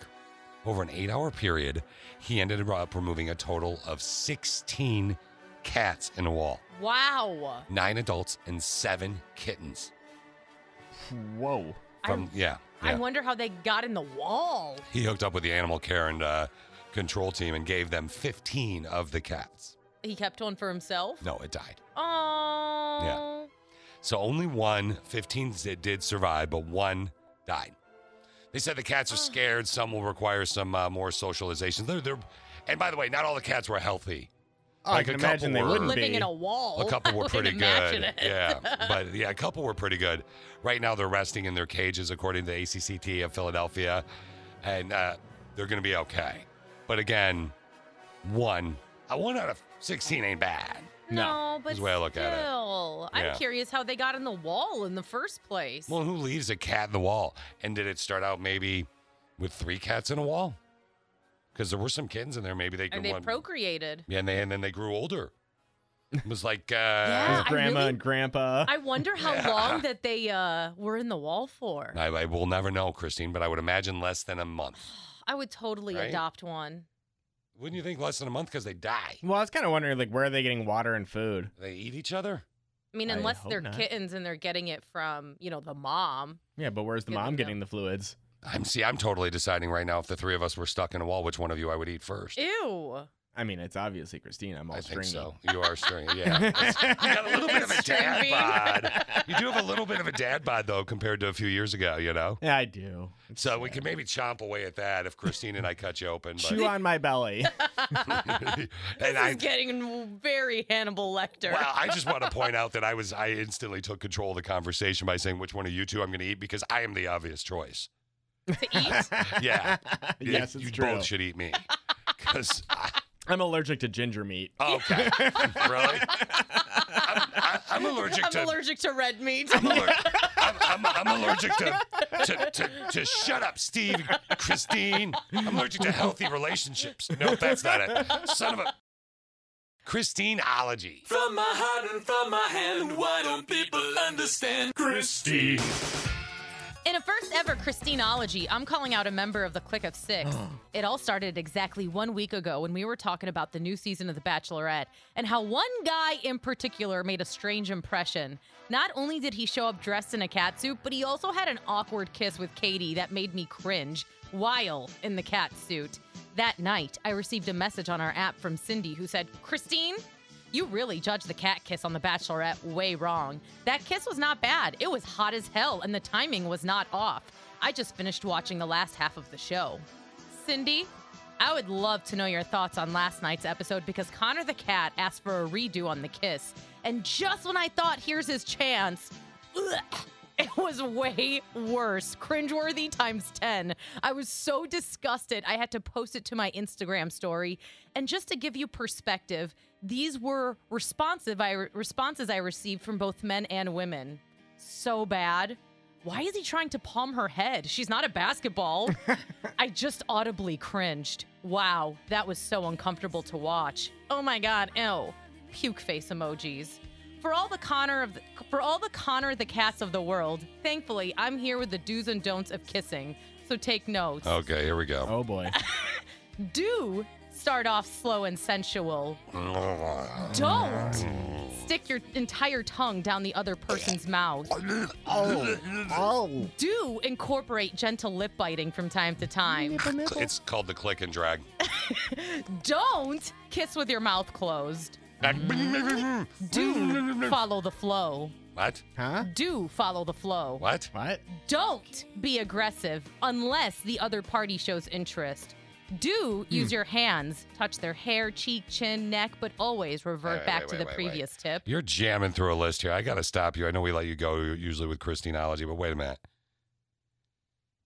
Over an eight hour period, he ended up removing a total of 16 cats in a wall
Wow.
nine adults and seven kittens.
Whoa.
From, yeah,
I
yeah.
wonder how they got in the wall.
He hooked up with the animal care and uh, control team and gave them 15 of the cats.
He kept one for himself.
No, it died.
Oh.
Yeah. So only one, 15 did, did survive, but one died. They said the
Ah.
cats are scared. Some will require some uh, more socialization. They're, they're, and by the way, not all the cats were healthy.
Oh, I can
a couple
imagine they
were-
wouldn't Living be. in a wall.
A couple
I
were
wouldn't
pretty
imagine
good.
it.
Yeah, but yeah, a couple were pretty good. Right now, they're resting in their cages, according to the ACCT of Philadelphia, and uh, they're going to be okay. But again, one, uh, one out of sixteen ain't bad.
No, but
is the way I look at it.
still, I'm
Yeah.
curious how they got in the wall in the first place.
Well, who leaves a cat in the wall? And did it start out maybe with three cats in a wall? Because there were some kittens in there. Maybe they
and
could
they
one.
procreated.
yeah, and, they, and then they grew older. It was like uh,
I grandma really- and
grandpa.
I wonder how
Yeah.
long that they uh, were in the wall for.
I, I will never know, Christine, but I would imagine less than a month.
I would totally
Right?
adopt one.
Wouldn't you think less than a month because they die?
Well, I was kind of wondering, like, where are they getting water and food?
They eat each other?
I mean,
I
unless
hope
they're
not.
kittens and they're getting it from, you know, the mom.
Yeah, but where's the
Good to
mom
know.
getting the fluids?
I'm see. I'm totally deciding right now if the three of us were stuck in a wall, which one of you I would eat first.
Ew.
I mean, it's obviously Christine. I'm all
I think
stringy.
so. You are stringy. Yeah. you got a little bit of a dad bod. You do have a little bit of a dad bod though, compared to a few years ago. You know.
Yeah, I do.
So we can maybe chomp away at that if Christine and I cut you open. But,
Chew on my belly.
and
This
I,
is getting very Hannibal Lecter.
well, I just want to point out that I was I instantly took control of the conversation by saying which one of you two I'm going to eat because I am the obvious choice. yeah.
Yes,
you,
it's
you
true.
both should eat me because
I'm allergic to ginger meat.
Okay. really? I'm, I'm allergic
I'm
to.
allergic to red meat.
I'm, I'm allergic to, to, to, to shut up, Steve, Christine. I'm allergic to healthy relationships. No, that's not it. Son of a Christineology.
From my heart and from my hand, why don't people understand? Christy.
In a first ever Christineology, I'm calling out a member of the Click of Six. it all started exactly one week ago when we were talking about the new season of The Bachelorette and how one guy in particular made a strange impression. Not only did he show up dressed in a catsuit, but he also had an awkward kiss with Katie that made me cringe while in the catsuit. That night, I received a message on our app from Cindy who said, Christine, you really judged the cat kiss on The Bachelorette way wrong. That kiss was not bad. It was hot as hell, and the timing was not off. I just finished watching the last half of the show. Cindy, I would love to know your thoughts on last night's episode because Connor the cat asked for a redo on the kiss. And just when I thought, here's his chance, ugh, it was way worse. Cringeworthy times 10. I was so disgusted. I had to post it to my Instagram story. And just to give you perspective, these were responsive I responses I received from both men and women. So bad. Why is he trying to palm her head? She's not a basketball. I just audibly cringed. Wow, that was so uncomfortable to watch. Oh my god, ew. Puke face emojis. For all the Connor of the, for all the Connor the cats of the world, thankfully I'm here with the do's and don'ts of kissing. So take notes
Okay, here we go.
Oh boy.
do start off slow and sensual.
Oh.
Don't stick your entire tongue down the other person's mouth.
Oh.
Oh.
Do incorporate gentle lip biting from time to time.
It's called the click and drag.
Don't kiss with your mouth closed.
Do
follow the flow.
What?
Huh?
Do follow the flow.
What?
What?
Don't be aggressive unless the other party shows interest. Do
Hmm.
use your hands, touch their hair, cheek, chin, neck, but always revert
Wait,
back
wait,
to
wait,
the
wait, wait.
previous tip.
You're jamming through a list here. I got to stop you. I know we let you go usually with Christinology, but wait a minute.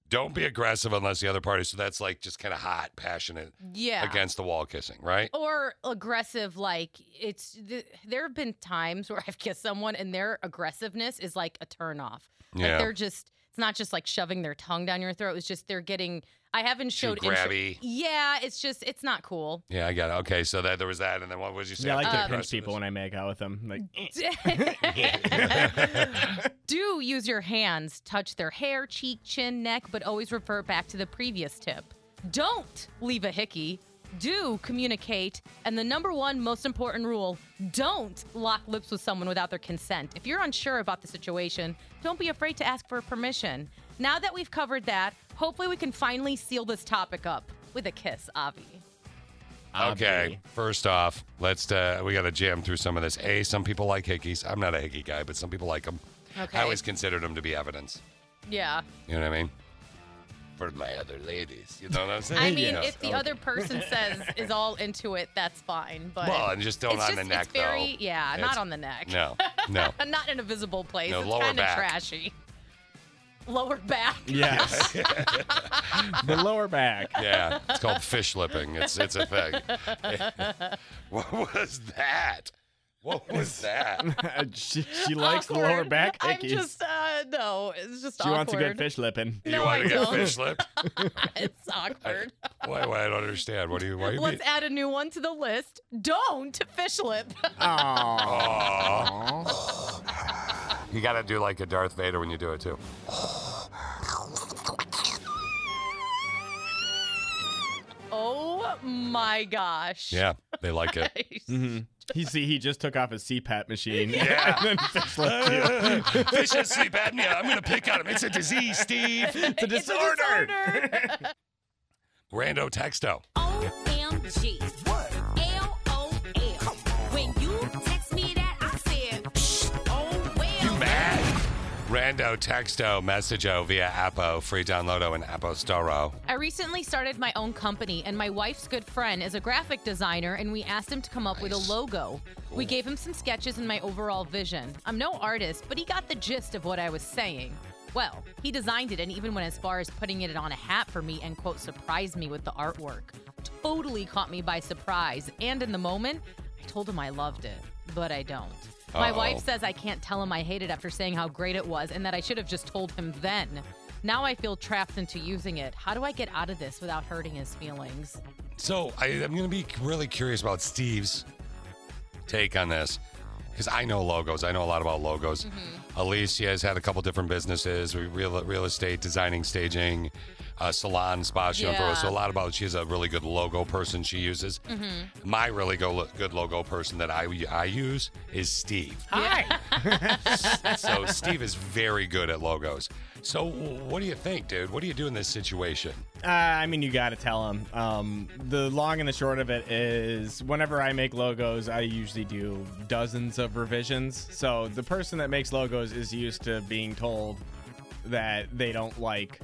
Don't be aggressive unless the other party. So that's like just kind of hot, passionate
Yeah. Oh.
against the wall kissing, right?
Or aggressive, like it's. Th- there have been times where I've kissed someone and their aggressiveness is like a turnoff.
Yeah.
Like they're just. It's not just like shoving their tongue down your throat. It's just they're getting. I haven't showed interest-
grabby.
Yeah, it's just it's not cool.
Yeah, I got it. Okay, so that there was that, and then what was you say?
Yeah, I like
Um,
to pinch people when I make out with them. Like,
Do use your hands, touch their hair, cheek, chin, neck, but always refer back to the previous tip. Don't leave a hickey. Do communicate. And the number one most important rule don't lock lips with someone without their consent. If you're unsure about the situation, don't be afraid to ask for permission. Now that we've covered that, hopefully we can finally seal this topic up with a kiss, Avi.
Okay, first off, let's uh, we got to jam through some of this. A, some people like hickeys. I'm not a hickey guy, but some people like them.
Okay.
I always considered them to be evidence.
Yeah.
You know what I mean? For my other ladies, you know what I'm saying?
I mean,
Yeah.
if the other person says is all into it, that's fine. But
Well, and just don't
it's
on the neck,
it's very,
though.
Yeah,
It's-
not on the neck.
No, no.
not in a visible place.
No,
it's
lower
kind of
back.
trashy. Lower back.
Yes. the lower back.
Yeah, it's called fish lipping. It's it's a thing. what was that? What was that?
she, she likes the lower
Awkward.
back
I'm
hickeys.
just uh, no. It's just
she
awkward.
wants a good fish lipping.
you want to get
don't.
fish lipped?
It's awkward.
Why? Why? I don't understand. What do you? Why you mean?
Let's add a new one to the list. Don't fish lip.
Aw. you got to do like a Darth Vader when you do it too.
oh my gosh.
Yeah, they like it.
hmm He see, he just took off his CPAP machine.
Yeah.
and then fish lipped you.
Fish has sleep apnea. I'm gonna pick on him. It's a disease, Steve. It's a disorder. Rando texto.
OMG. What? L O L. When you text me that, I said, Shh, oh well. You
mad? Rando texto messageo via Appo free downloado and Appo Storo.
I recently started my own company, and my wife's good friend is a graphic designer, and we asked him to come up with a logo. We gave him some sketches and my overall vision. I'm no artist, but he got the gist of what I was saying. Well, he designed it and even went as far as putting it on a hat for me and, quote, surprised me with the artwork. Totally caught me by surprise, and in the moment, I told him I loved it, but I don't. My
Uh-oh.
wife says I can't tell him I hate it after saying how great it was and that I should have just told him then. Now I feel trapped into using it. How do I get out of this without hurting his feelings?
So I, I'm going to be really curious about Steve's take on this because I know logos. I know a lot about logos. Alicia has had a couple different businesses, re- real real estate, designing, staging, uh, salon, spa. She yeah.
Yeah.
so a lot about. She has a really good logo person she uses.
Mhm.
My really go, good logo person that I I use is Steve.
Hi.
so Steve is very good at logos. So what do you think, dude? What do you do in this situation?
Uh, I mean, you got to tell him. Um, the long and the short of it is, whenever I make logos, I usually do dozens of revisions. So the person that makes logos is used to being told that they don't like,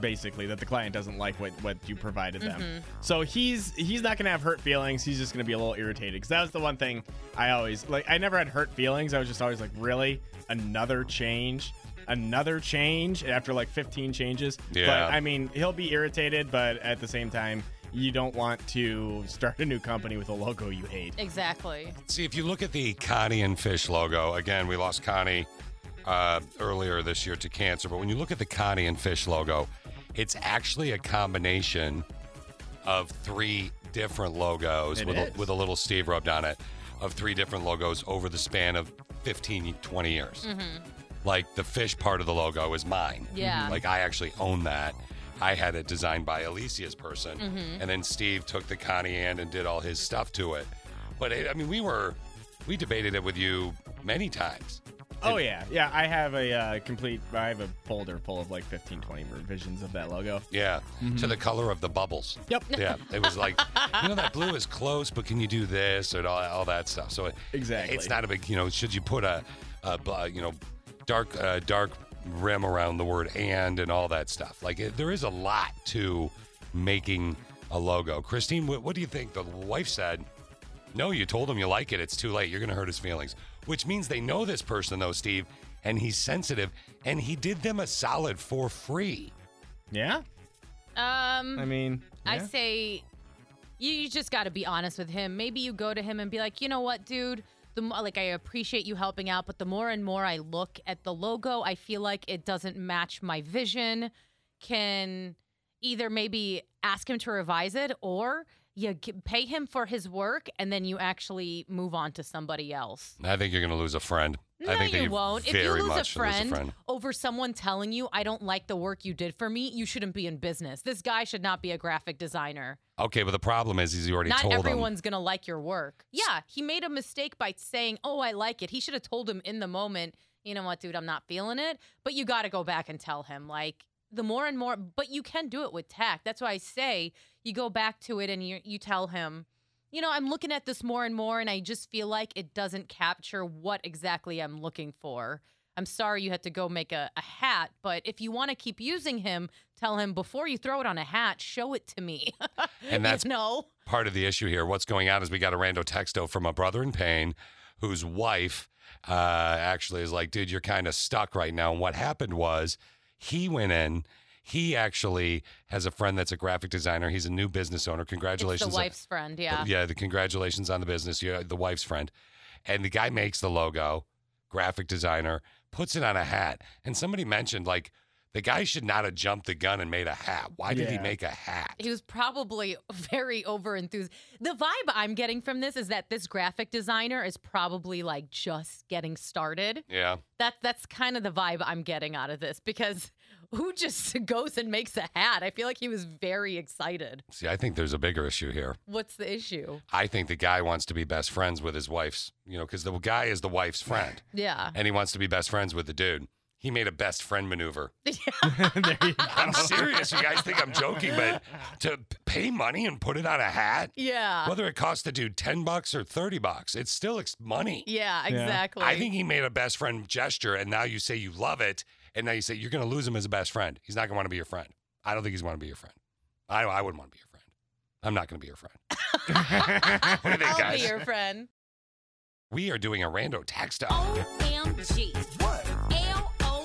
basically, that the client doesn't like what what you provided them.
Mhm.
So he's he's not gonna have hurt feelings. He's just gonna be a little irritated because that was the one thing I always like. I never had hurt feelings. I was just always like, really, another change, another change after like 15 changes.
Yeah.
But I mean, he'll be irritated, but at the same time, you don't want to start a new company with a logo you hate.
Exactly.
See, if you look at the Connie and Fish logo, again, we lost Connie uh, earlier this year to cancer, but when you look at the Connie and Fish logo, it's actually a combination of three different logos
It
with a,
is.
with a little Steve rubbed on it of three different logos over the span of 15, 20 years. Like the fish part of the logo is mine.
Yeah. Mhm.
Like I actually own that. I had it designed by Alicia's person.
Mhm.
And then Steve took the Connie and and did all his stuff to it. But it, I mean, we were, we debated it with you many times.
Oh yeah, yeah. I have a uh, complete. I have a folder full of like 15, 20 revisions of that logo.
Yeah, to the color of the bubbles.
Yep.
Yeah, it was like, you know, that blue is close, but can you do this and all, all that stuff? So it,
Exactly.
it's not a big, you know, should you put a, a bl- uh, you know, dark uh, dark rim around the word and and all that stuff? Like it, there is a lot to making a logo. Christine, what, what do you think? The wife said, "No, you told him you like it. It's too late. You're going to hurt his feelings." Which means they know this person though, Steve, and he's sensitive, and he did them a solid for free.
Yeah.
Um,
I mean,
I
yeah.
say you, you just got to be honest with him. Maybe you go to him and be like, you know what, dude. The mo- like I appreciate you helping out, but the more and more I look at the logo, I feel like it doesn't match my vision. Can either maybe ask him to revise it, or you g- pay him for his work, and then you actually move on to somebody else.
I think you're going to lose a friend.
No,
I think that
you
you're
won't. If
Very
you lose a,
much
friend
lose a friend.
over someone telling you, I don't like the work you did for me, you shouldn't be in business. This guy should not be a graphic designer.
Okay, but the problem is, he's already
not
told
everyone's going to like your work. Yeah, he made a mistake by saying, Oh, I like it. He should have told him in the moment, You know what, dude, I'm not feeling it. But you got to go back and tell him, like, the more and more, but you can do it with tact. That's why I say you go back to it and you, you tell him, you know, I'm looking at this more and more, and I just feel like it doesn't capture what exactly I'm looking for. I'm sorry you had to go make a, a hat, but if you want to keep using him, tell him before you throw it on a hat, show it to me.
him, and that's
no.
part of the issue here. What's going on is we got a rando texto from a brother in pain, whose wife uh, actually is like, "Dude, you're kind of stuck right now." And what happened was, he went in. He actually has a friend that's a graphic designer. He's a new business owner. Congratulations,
It's the
on-
wife's friend, yeah.
The, yeah, the congratulations on the business. You're the wife's friend. And the guy makes the logo, graphic designer, puts it on a hat. And somebody mentioned, like, the guy should not have jumped the gun and made a hat. Why did he
Yeah.
make a hat?
He was probably very over enthused. The vibe I'm getting from this is that this graphic designer is probably like just getting started.
Yeah.
That that's kind of the vibe I'm getting out of this because who just goes and makes a hat? I feel like he was very excited.
See, I think there's a bigger issue here.
What's the issue?
I think the guy wants to be best friends with his wife's, you know, because the guy is the wife's friend
Yeah.
and he wants to be best friends with the dude. He made a best friend maneuver. I'm serious. You guys think I'm joking, but to p- pay money and put it on a hat?
Yeah.
Whether it costs the dude 10 bucks or 30 bucks, it's still ex- money.
Yeah, Yeah. exactly.
I think he made a best friend gesture and now you say you love it and now you say you're going to lose him as a best friend. He's not going to want to be your friend. I don't think he's want to be your friend. I, I wouldn't want to be your friend. I'm not going to be your friend. what do you think,
I'll
guys?
be your friend.
We are doing a rando text up.
Oh.
OMG. What? LOL.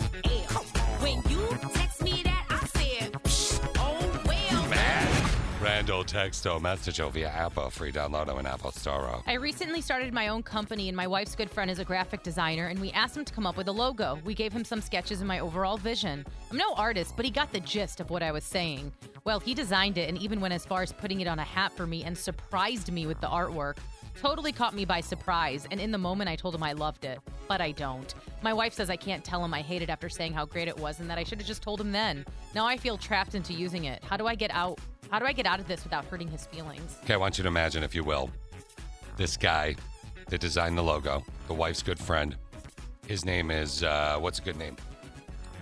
When you text me that, I said, "Psh, oh well.
Rando texto message via Apple, free download on Apple Store.
I recently started my own company, and my wife's good friend is a graphic designer, and we asked him to come up with a logo. We gave him some sketches and my overall vision. I'm no artist, but he got the gist of what I was saying. Well, he designed it and even went as far as putting it on a hat for me and surprised me with the artwork. Totally caught me by surprise, and in the moment I told him I loved it, but I don't. My wife says I can't tell him I hate it after saying how great it was and that I should have just told him then. Now I feel trapped into using it. How do I get out? How do I get out of this without hurting his feelings?
Okay, I want you to imagine, if you will, this guy that designed the logo, the wife's good friend. His name is, uh, what's a good name?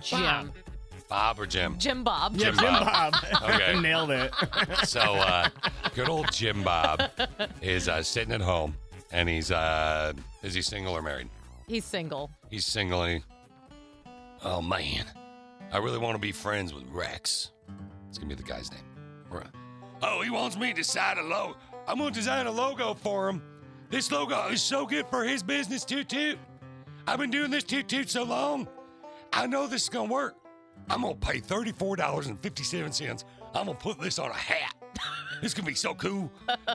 Jim.
Bob or Jim?
Jim Bob.
Yeah, Jim Jim Bob. Bob. Okay.
Nailed it.
So, uh, good old Jim Bob is uh, sitting at home and he's, uh, is he single or married?
He's single.
He's single and he, oh man, I really want to be friends with Rex. It's gonna be the guy's name. Re- Oh, he wants me to design a logo. I'm gonna design a logo for him. This logo is so good for his business, Toot Toot. I've been doing this Toot Toot so long. I know this is gonna work. I'm gonna pay $34.57. I'm gonna put this on a hat. This gonna be so cool.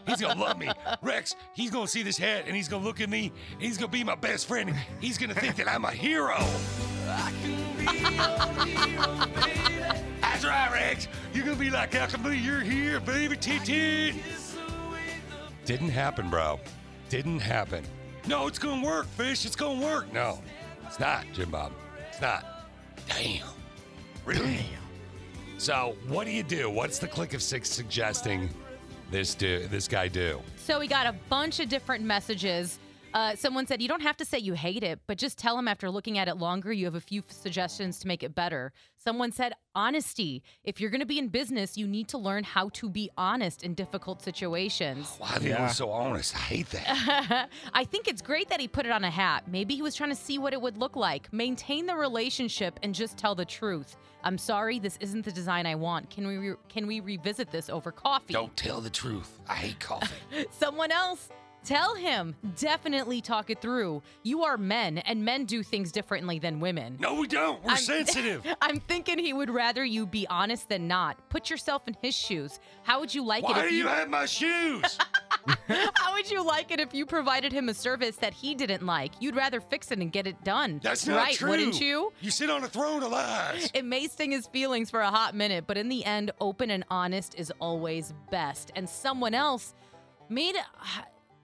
He's gonna love me. Rex, he's gonna see this hat and he's gonna look at me. and he's gonna be my best friend. He's gonna think that I'm a hero. That's right, Rex. You're gonna be like Alchemy. You're here, baby. Tit Didn't happen, bro. Didn't happen. No, it's gonna work, fish. It's gonna work. No, it's not, Jim Bob. It's not. Damn. Really? So, what do you do? What's the click of six suggesting this do this guy do?
So we got a bunch of different messages. Uh, someone said, You don't have to say you hate it, but just tell him after looking at it longer, you have a few suggestions to make it better. Someone said, Honesty. If you're going to be in business, you need to learn how to be honest in difficult situations.
Why are they always so honest? I hate that.
I think it's great that he put it on a hat. Maybe he was trying to see what it would look like. Maintain the relationship and just tell the truth. I'm sorry, this isn't the design I want. Can we re- can we revisit this over coffee?
Don't tell the truth. I hate coffee.
Someone else. Tell him. Definitely talk it through. You are men, and men do things differently than women.
no, we don't. We're
I'm-
sensitive.
I'm thinking he would rather you be honest than not. Put yourself in his shoes. How would you like it?
Why
if
do you have my shoes?
How would you like it if you provided him a service that he didn't like? You'd rather fix it and get it done.
That's not
right,
true.
wouldn't you?
You sit on a throne of lies.
It may sting his feelings for a hot minute, but in the end, open and honest is always best. And someone else made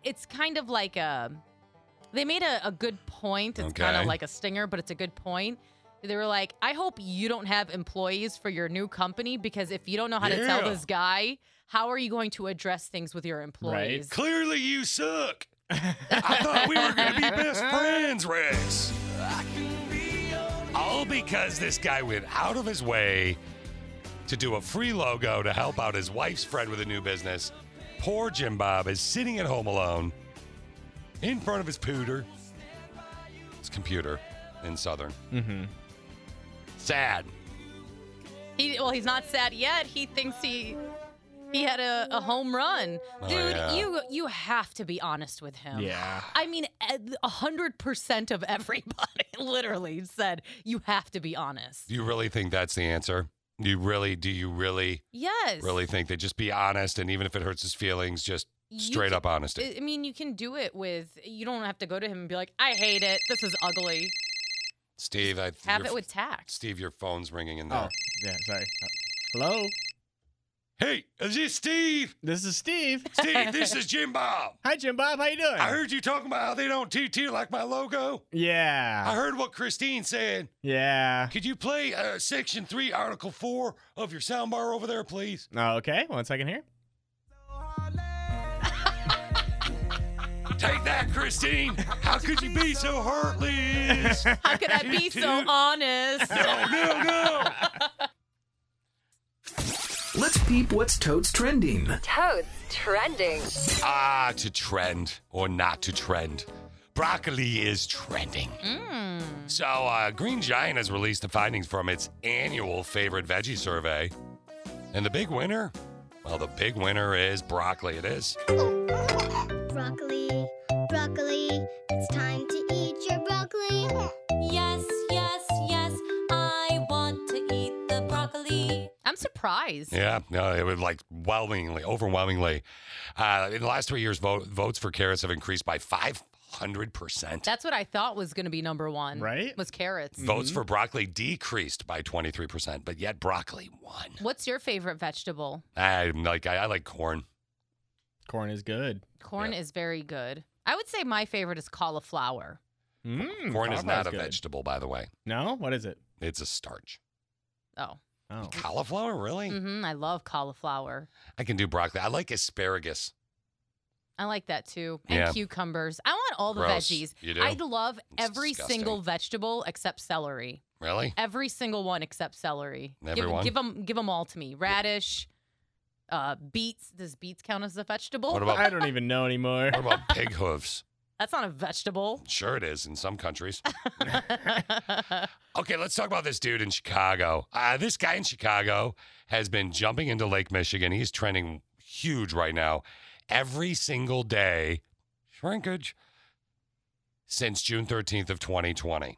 it's kind of like a they made a, a good point. It's kind of
Okay.
like a stinger, but it's a good point. They were like, I hope you don't have employees for your new company because if you don't know how to tell
Yeah.
this guy, how are you going to address things with your employees?
Clearly, you suck. I thought we were going to be best friends, Rex. All because this guy went out of his way to do a free logo to help out his wife's friend with a new business. Poor Jim Bob is sitting at home alone in front of his pooter, his computer in Southern. Mm-hmm. Sad.
He well, he's not sad yet. He thinks he he had a, a home run,
Oh,
dude.
yeah.
You you have to be honest with him.
Yeah.
I mean, eh, a hundred percent of everybody literally said you have to be honest.
Do you really think that's the answer? Do you really, do you really,
Yes.
really think that just be honest and even if it hurts his feelings, just
You
straight
can-
up honesty?
I- I mean, you can do it with. You don't have to go to him and be like, "I hate it. This is ugly."
Steve, I
Have
your-
it with tact.
Steve, your phone's ringing in there.
Oh, yeah, sorry. Hello.
Oh. Hey, is this Steve?
This is Steve.
Steve, this is Jim Bob.
Hi, Jim Bob. How you doing?
I heard you talking about how they don't TT like my logo.
Yeah.
I heard what Christine said.
Yeah.
Could you play uh, Section 3, Article 4 of your soundbar over there, please?
Okay. One second here.
Take that, Christine. How could you be so heartless?
How could I be so honest?
No, no, no.
Let's peep what's totes trending.
Toads trending.
Ah, to trend or not to trend. Broccoli is trending. So, uh, Green Giant has released the findings from its annual favorite veggie survey. And the big winner? Well, the big winner is broccoli. It is.
Broccoli, broccoli, it's time to eat your broccoli.
Yes, yes, yes, I want to eat the broccoli.
I'm surprised.
Yeah, no, it was like overwhelmingly, overwhelmingly. Uh, in the last three years, vote, votes for carrots have increased by 500%.
That's what I thought was going to be number one.
Right?
Was carrots.
Votes for broccoli decreased by 23%, but yet broccoli won.
What's your favorite vegetable?
I'm like, I, I like corn.
Corn is good.
Corn is very good. I would say my favorite is cauliflower.
Mm,
corn is not
cauliflower's
a
good.
vegetable, by the way.
No, what is it?
It's a starch.
Oh.
Oh.
Cauliflower, really?
hmm I love cauliflower.
I can do broccoli. I like asparagus.
I like that too. And
Yeah.
cucumbers. I want all the
Gross.
veggies.
You do?
I love
It's
every
disgusting.
single vegetable except celery.
Really?
Every single one except celery. give,
Everyone?
give them give them all to me. Radish, uh, beets. Does beets count as a vegetable?
What about-
I don't even know anymore.
What about pig hooves?
That's not a vegetable.
Sure, it is in some countries. okay, let's talk about this dude in Chicago. Uh, this guy in Chicago has been jumping into Lake Michigan. He's trending huge right now. Every single day, shrinkage since June 13th of 2020.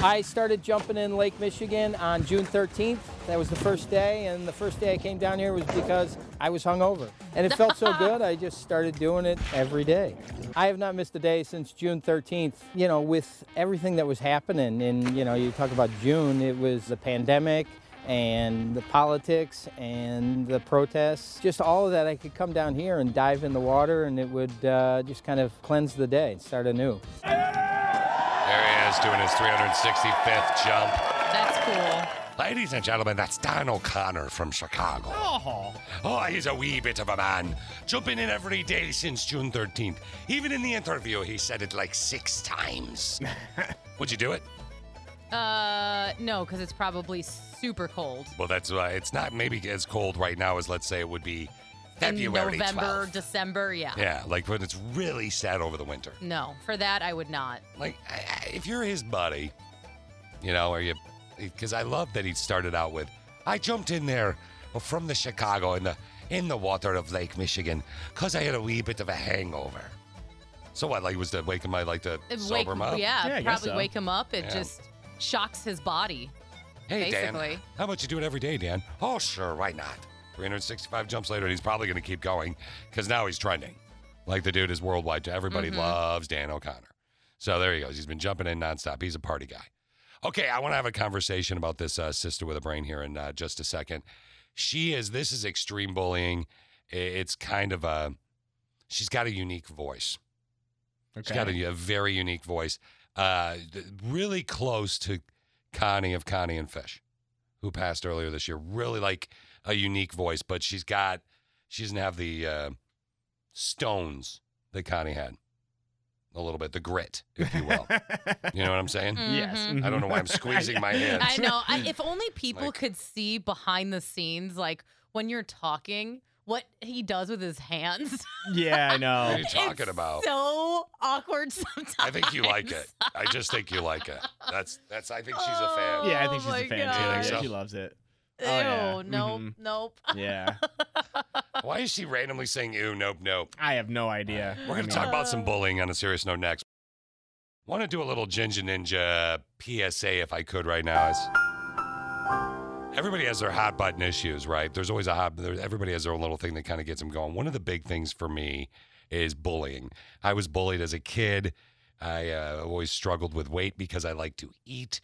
I started jumping in Lake Michigan on June 13th. That was the first day, and the first day I came down here was because I was hungover. And it felt so good, I just started doing it every day. I have not missed a day since June 13th. You know, with everything that was happening, and you know, you talk about June, it was the pandemic and the politics and the protests, just all of that. I could come down here and dive in the water, and it would uh, just kind of cleanse the day and start anew.
There he is doing his 365th jump.
That's cool.
Ladies and gentlemen, that's Dan O'Connor from Chicago.
Oh.
Oh, he's a wee bit of a man. Jumping in every day since June 13th. Even in the interview, he said it like six times. Would you do it?
Uh, no, because it's probably super cold.
Well, that's why it's not maybe as cold right now as, let's say, it would be February
In November,
12th.
December, yeah.
Yeah, like when it's really sad over the winter.
No, for that I would not.
Like, I- I- if you're his buddy, you know, or you, because I love that he started out with, I jumped in there from the Chicago in the in the water of Lake Michigan because I had a wee bit of a hangover. So what? Like was to wake him up, like to
It
sober him up?
Yeah, probably wake him up. It
Yeah.
just shocks his body.
Hey
basically.
Dan, how about you do it every day, Dan? Oh sure, why not? 365 jumps later, and he's probably going to keep going because now he's trending. Like the dude is worldwide. Everybody
Mhm.
loves Dan O'Connor. So there he goes. He's been jumping in nonstop. He's a party guy. Okay, I want to have a conversation about this uh, sister with a brain here in uh, just a second. She is. This is extreme bullying. I- It's kind of a. She's got a unique voice. She's got a, a very unique voice. Uh, th- really close to Connie of Connie and Fish, who passed earlier this year. Really like a unique voice, but she's got. She doesn't have the uh, stones that Connie had. A little bit the grit, if you will. you know what I'm saying?
Yes. Mhm.
I don't know why I'm squeezing my hands.
I know. I, if only people
Like-
could see behind the scenes, like when you're talking, what he does with his hands.
Yeah, I know.
What are you talking about?
so awkward sometimes.
I think you like it. I just think you like it. That's that's. I think she's a fan.
Yeah, I think she's
Oh my
a fan too.
God.
Yeah,
So-
She loves it.
Ew, nope,
Mhm.
Mm-hmm.
nope.
Yeah.
Why is she randomly saying "ew, nope, nope"?
I have no idea.
We're gonna
I
talk
mean- uh,
about some bullying on a serious note next. Want to do a little Ginger Ninja PSA if I could right now? It's- everybody has their hot button issues, right? There's always a hot. There, everybody has their own little thing that kind of gets them going. One of the big things for me is bullying. I was bullied as a kid. I uh, always struggled with weight because I like to eat.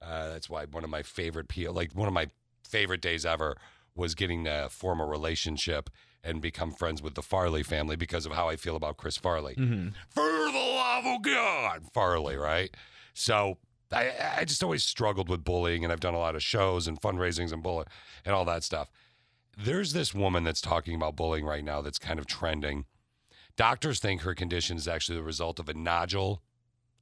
Uh, that's why one of my favorite pe- like one of my favorite days ever was getting to form a relationship and become friends with the Farley family because of how I feel about Chris Farley. For the love of God, Farley, right? So I, I just always struggled with bullying, and I've done a lot of shows and fundraisings and bullying and all that stuff. There's this woman that's talking about bullying right now that's kind of trending. Doctors think her condition is actually the result of a nodule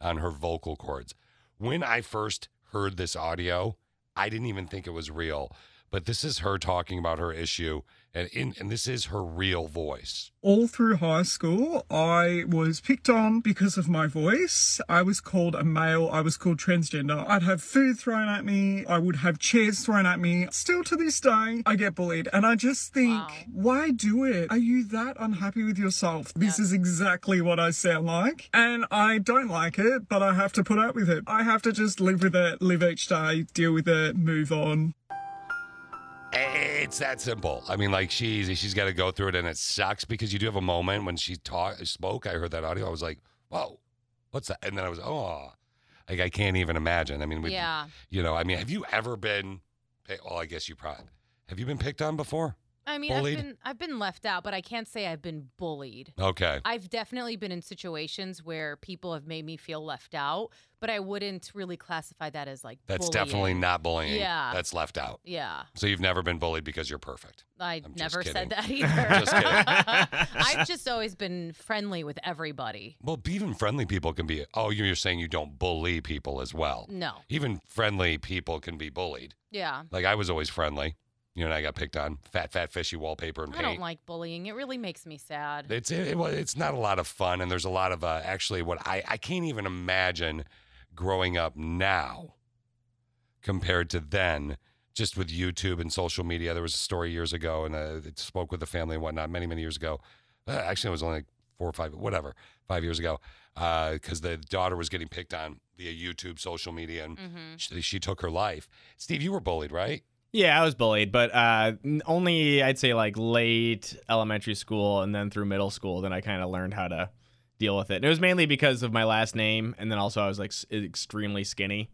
on her vocal cords. When I first heard this audio, I didn't even think it was real. But this is her talking about her issue, and in, and this is her real voice.
All through high school, I was picked on because of my voice. I was called a male. I was called transgender. I'd have food thrown at me. I would have chairs thrown at me. Still to this day, I get bullied. And I just think, why do it? Are you that unhappy with yourself? This is exactly what I sound like. And I don't like it, but I have to put up with it. I have to just live with it, live each day, deal with it, move on.
It's that simple. I mean, like she's she's got to go through it, and it sucks because you do have a moment when she talk spoke. I heard that audio. I was like, whoa, what's that? And then I was, oh, like I can't even imagine. I mean, we,
Yeah.
you know, I mean, have you ever been? Well, I guess you probably have. You been picked on before?
I mean,
bullied.
I've been I've been left out, but I can't say I've been bullied.
okay.
I've definitely been in situations where people have made me feel left out, but I wouldn't really classify that as like
That's
bullying.
definitely not bullying.
Yeah.
That's left out.
Yeah.
So you've never been bullied because you're perfect.
I
I'm just
never said
kidding.
that either.
Just kidding.
I've just always been friendly with everybody.
Well, even friendly people can be. Oh, you're saying you don't bully people as well.
No.
Even friendly people can be bullied.
Yeah.
Like I was always friendly. You know, and I got picked on. Fat, fat, fishy wallpaper and
I
paint.
don't like bullying. It really makes me sad.
It's it, well, it's not a lot of fun, and there's a lot of uh, actually what I I can't even imagine growing up now compared to then. Just with YouTube and social media, there was a story years ago, and uh, it spoke with the family and whatnot many many years ago. Uh, actually, it was only like four or five, whatever, five years ago, because the daughter was getting picked on via YouTube, social media, and
Mm-hmm. Mm.
she, she took her life. Steve, you were bullied, right?
Yeah, I was bullied, but uh, n- only I'd say like late elementary school and then through middle school. Then I kind of learned how to deal with it. And it was mainly because of my last name, and then also I was like s- extremely skinny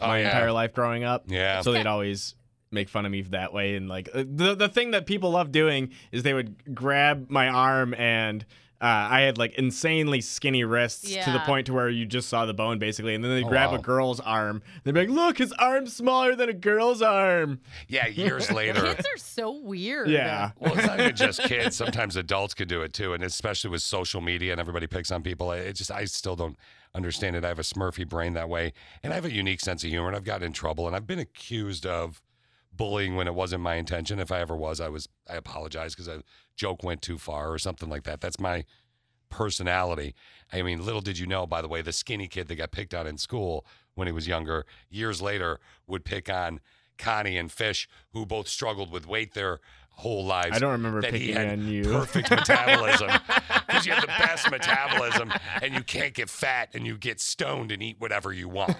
Oh,
my
yeah.
entire life growing up.
Yeah.
So they'd always make fun of me that way, and like uh, the the thing that people love doing is they would grab my arm and Uh, I had like insanely skinny wrists to the
Yeah.
point to where you just saw the bone basically, and then they
Oh,
grab
wow.
a girl's arm. They'd be like, "Look, his arm's smaller than a girl's arm."
Yeah, years later.
Kids are so weird.
Yeah.
Well, it's not even just kids. Sometimes adults could do it too, and especially with social media and everybody picks on people. I- It just I still don't understand it. I have a Smurfy brain that way, and I have a unique sense of humor. And I've gotten in trouble, and I've been accused of bullying when it wasn't my intention. If I ever was, I was I apologize because a joke went too far or something like that. That's my personality. I mean, little did you know, by the way, the skinny kid that got picked on in school when he was younger, years later, would pick on Connie and Fish, who both struggled with weight their whole lives.
I don't remember
that he
picking
had
on you.
Perfect metabolism. Because you have the best metabolism and you can't get fat and you get stoned and eat whatever you want.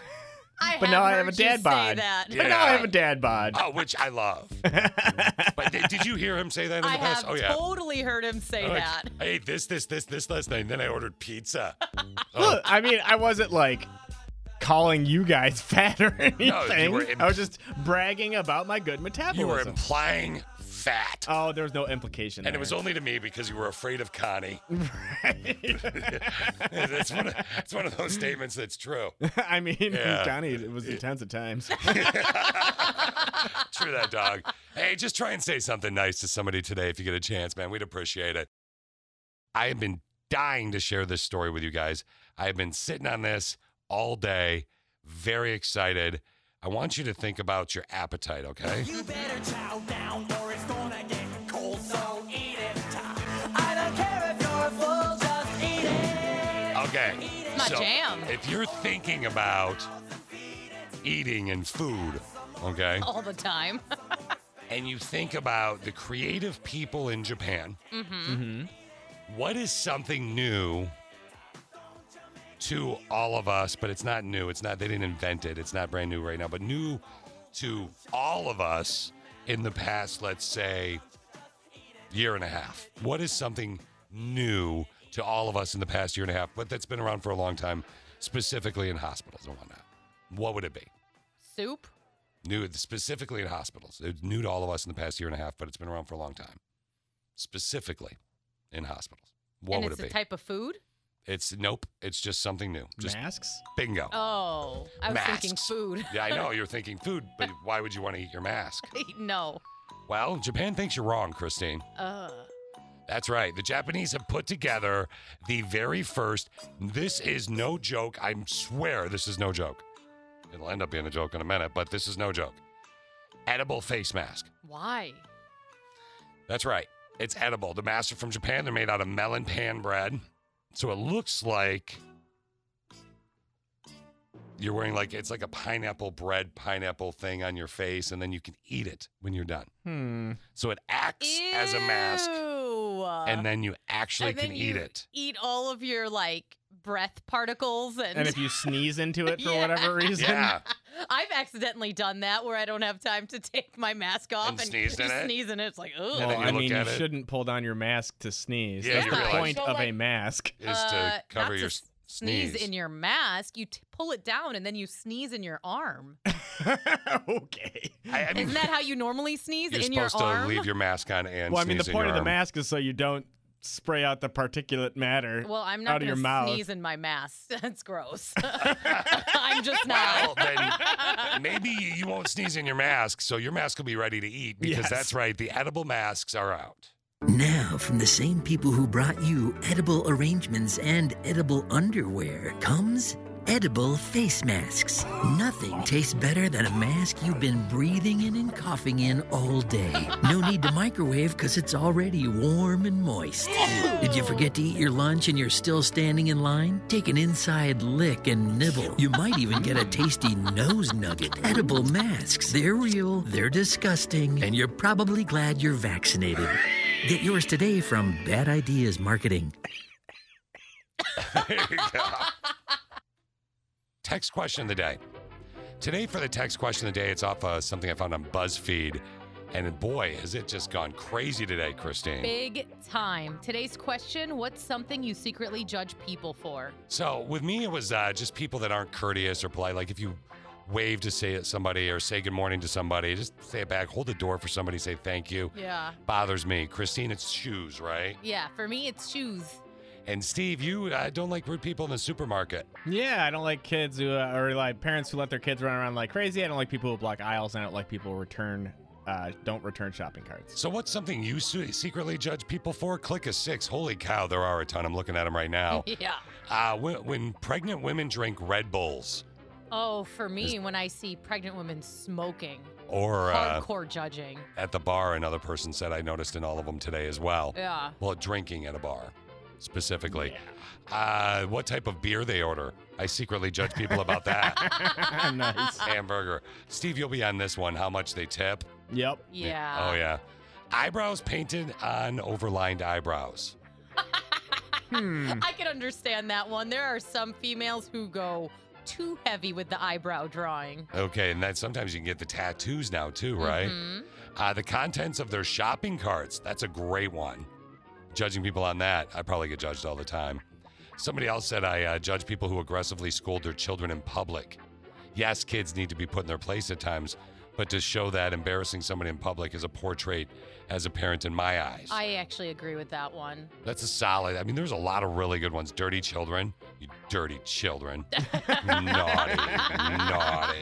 but now I have a dad bod. But now I have a dad bod.
Oh, which I love. but did, did you hear him say that in
I
the past?
have
oh, yeah.
totally heard him say
Like,
that.
I ate this, this, this, this last night, and then I ordered pizza. Oh.
Look, I mean, I wasn't like calling you guys fat or anything.
you were imp-
I was just bragging about my good metabolism.
You were implying fat.
Oh, there was no implication.
And it
there.
was only to me because you were afraid of Connie. that's, one of, that's one of those statements that's true.
I mean,
Yeah.
Johnny, it was intense at times.
True that, dog. Hey, just try and say something nice to somebody today if you get a chance, man. We'd appreciate it. I have been dying to share this story with you guys. I have been sitting on this all day, very excited. I want you to think about your appetite, okay?
You better chow down or it's gonna get cold, so eat it. I don't care if you're full, just eat it.
Okay.
My jam.
If you're thinking about eating and food, okay,
All the time.
and you think about the creative people in Japan, Mm-hmm.
hmm
what is something new to all of us? But it's not new. It's not, they didn't invent it. It's not brand new right now, but new to all of us in the past, let's say, year and a half. What is something new to all of us in the past year and a half, but that's been around for a long time, specifically in hospitals and whatnot? What would it be?
Soup.
new specifically in hospitals. It's new to all of us in the past year and a half, but it's been around for a long time. Specifically in hospitals. What
and
would
it's
it
a
be?
type of food.
it's nope. It's just something new. Just
masks.
Bingo.
Oh, I was thinking
Masks.
food.
yeah, I know you're thinking food, but why would you want to eat your mask?
no.
Well, Japan thinks you're wrong, Christine.
Uh,
That's right. The Japanese have put together the very first. This is no joke. I swear this is no joke. It'll end up being a joke in a minute, but this is no joke. Edible face mask.
why?
That's right. It's edible. The masks are from Japan. They're made out of melon pan bread. So it looks like you're wearing like it's like a pineapple bread pineapple thing on your face and then you can eat it when you're done.
Hmm.
So it acts as a mask
Ew.
and then you actually
And
can
then
eat
you
it.
Eat all of your like breath particles and.
and if you sneeze into it for
Yeah.
whatever reason,
Yeah.
I've accidentally done that where I don't have time to take my mask off and,
sneezed in
just
it?
sneeze in it. It's like, oh.
well,
then you
I
look
mean, you
at it.
shouldn't pull down your mask to sneeze.
Yeah,
That's
you
the
realize-
point
So,
of a
like,
mask.
Is
Uh,
to
not
cover
to
your
s-
sneeze.
in your mask. You t- pull it down and then you sneeze in your arm.
okay.
I, I mean,
Isn't that how you normally sneeze
you're
in your
supposed to
arm?
leave your mask on and
well, I mean, the
sneeze in your
point of the
arm.
mask is so you don't spray out the particulate matter
Well, I'm not
out of your
gonna
mouth.
sneeze in my mask. That's gross. I'm just not.
then maybe you won't sneeze in your mask, so your mask will be ready to eat because
Yes.
that's right, the edible masks are out.
Now, from the same people who brought you edible arrangements and edible underwear comes edible face masks. Nothing tastes better than a mask you've been breathing in and coughing in all day. No need to microwave because it's already warm and moist. Did you forget to eat your lunch and you're still standing in line? Take an inside lick and nibble. You might even get a tasty nose nugget. Edible masks. They're real, they're disgusting, and you're probably glad you're vaccinated. Get yours today from Bad Ideas Marketing.
There you go. text question of the day. Today, for the text question of the day, it's off uh, something I found on BuzzFeed. And boy, has it just gone crazy today, Christine.
Big time. Today's question What's something you secretly judge people for?
So with me, it was uh, just people that aren't courteous or polite. Like if you wave to say at somebody or say good morning to somebody, just say it back, hold the door for somebody, say thank you.
Yeah.
Bothers me. Christine, it's shoes, right?
Yeah, for me, it's shoes.
And Steve, you uh, don't like rude people in the supermarket.
Yeah, I don't like kids who uh, or like parents who let their kids run around like crazy. I don't like people who block aisles. And I don't like people who return uh, don't return shopping carts.
So what's something you se- secretly judge people for? Click a six. Holy cow, there are a ton. I'm looking at them right now.
yeah.
Uh, when, when pregnant women drink Red Bulls
Oh, for me, when I see pregnant women smoking,
or uh,
hardcore judging.
at the bar, another person said I noticed in all of them today as well.
Yeah.
Well, drinking at a bar specifically. Uh, what type of beer they order? I secretly judge people about that.
nice.
Hamburger. Steve, you'll be on this one. How much they tip?
Yep.
Yeah.
Oh yeah. Eyebrows painted on overlined eyebrows.
I can understand that one. There are some females who go too heavy with the eyebrow drawing.
Okay, and that sometimes you can get the tattoos now too, right?
Mhm.
Uh, the contents of their shopping carts. That's a great one. Judging people on that, I probably get judged all the time. Somebody else said I uh, judge people who aggressively scold their children in public. Yes, kids need to be put in their place at times, but to show that embarrassing somebody in public is a poor trait as a parent in my eyes.
I actually agree with that one.
That's a solid. I mean, there's a lot of really good ones. Dirty children, you dirty children. naughty, naughty.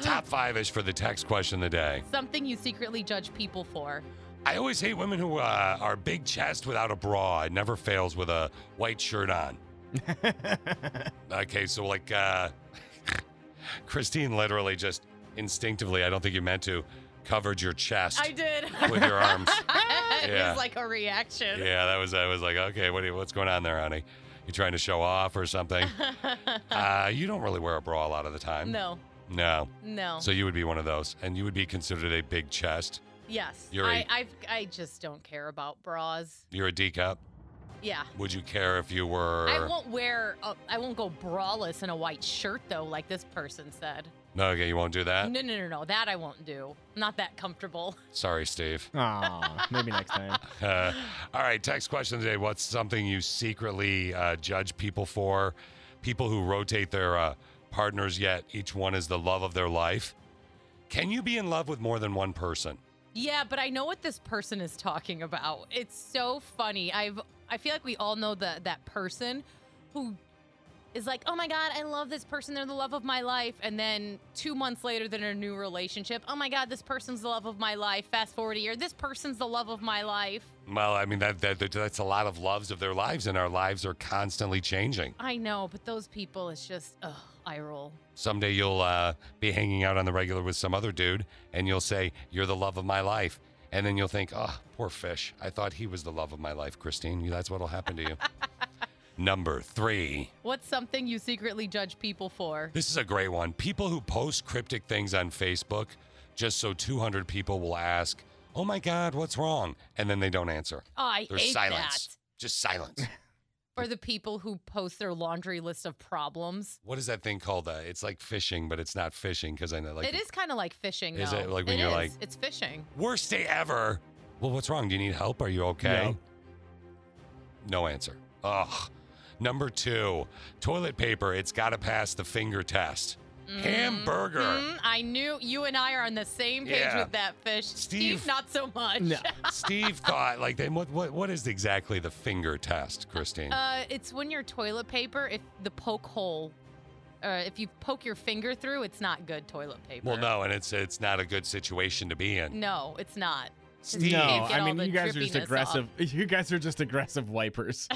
Top five ish for the text question of the day.
Something you secretly judge people for.
I always hate women who uh, are big chest without a bra. It never fails with a white shirt on. okay, so like uh, Christine literally just instinctively, I don't think you meant to, covered your chest.
I did.
With your arms.
it
Yeah.
was like a reaction.
Yeah, that was. I was like, okay, what do you, what's going on there, honey? You trying to show off or something? uh, you don't really wear a bra a lot of the time.
No.
No.
No.
So you would be one of those, and you would be considered a big chest.
Yes.
You're
I,
a-
I've, I just don't care about bras.
You're a D cup.
Yeah.
Would you care if you were?
I won't wear, I I won't go braless in a white shirt though, like this person said.
No, okay, you won't do that.
no, no, no, no. That I won't do. I'm not that comfortable.
Sorry, Steve.
Aw, maybe next time.
Uh, all right, text question today. What's something you secretly uh, judge people for? People who rotate their uh, partners, yet each one is the love of their life. Can you be in love with more than one person?
Yeah, but I know what this person is talking about. It's so funny. I've I feel like we all know the that person who is like, "Oh my god, I love this person. They're the love of my life." And then 2 months later they're in a new relationship. "Oh my god, this person's the love of my life." Fast forward a year, this person's the love of my life.
Well, I mean that, that that's a lot of loves of their lives, and our lives are constantly changing.
I know, but those people it's just ugh, I roll.
Someday you'll uh, be hanging out on the regular with some other dude, and you'll say, "You're the love of my life," and then you'll think, "Oh, poor fish. I thought he was the love of my life, Christine. That's what'll happen to you." Number three.
What's something you secretly judge people for? Oh,
This is a great one. People who post cryptic things on Facebook just so 200 people will ask, "Oh my God, what's wrong?" and then they don't answer.
Oh, I
There's
hate
silence. Just silence.
that. Or the people who post their laundry list of problems.
what is that thing called? Uh, it's like fishing, but it's not fishing because I know like
it is kind of like fishing.
Is
though.
it like when you're
is.
like-
it's fishing?
worst day ever. Well, what's wrong? Do you need help? Are you okay?
Yep.
No answer. Ugh. Number two, toilet paper. It's got to pass the finger test.
Mm-hmm.
Hamburger.
Mm, I knew you and I are on the same page
Yeah.
with that fish. Steve,
Steve-
not so much.
Steve thought like then what what what is exactly the finger test, Christine?
uh, it's when your toilet paper, if the poke hole, uh, if you poke your finger through, it's not good toilet paper.
well, no, and it's it's not a good situation to be in.
No, it's not. 'Cause you
No,
can't get
I
all
mean
the
you guys are just
drippiness
aggressive.
off.
You guys are just aggressive wipers.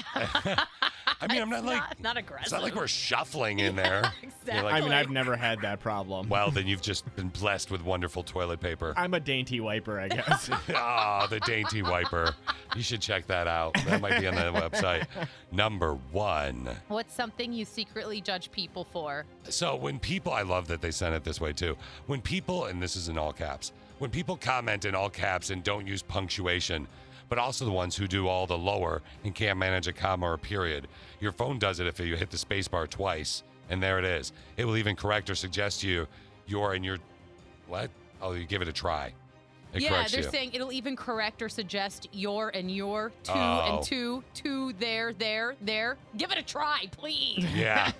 I mean, I'm not like
Not, not aggressive.
it's not like we're shuffling in there. You're like,
I mean, I've never had that problem.
well, then you've just been blessed with wonderful toilet paper.
I'm a dainty wiper, I guess.
Ah, the dainty wiper. You should check that out. That might be on the website. Number one.
What's something you secretly judge people for?
So when people, I love that they sent it this way too. When people, and this is in all caps, when people comment in all caps and don't use punctuation, but also the ones who do all the lower and can't manage a comma or period. Your phone does it if you hit the spacebar twice, and there it is. It will even correct or suggest to you your and your what? Oh, you give it a try. It
yeah,
corrects
they're
you.
saying it'll even correct or suggest your and your, two
Oh.
and two, two, there, there, there. Give it a try, please.
yeah.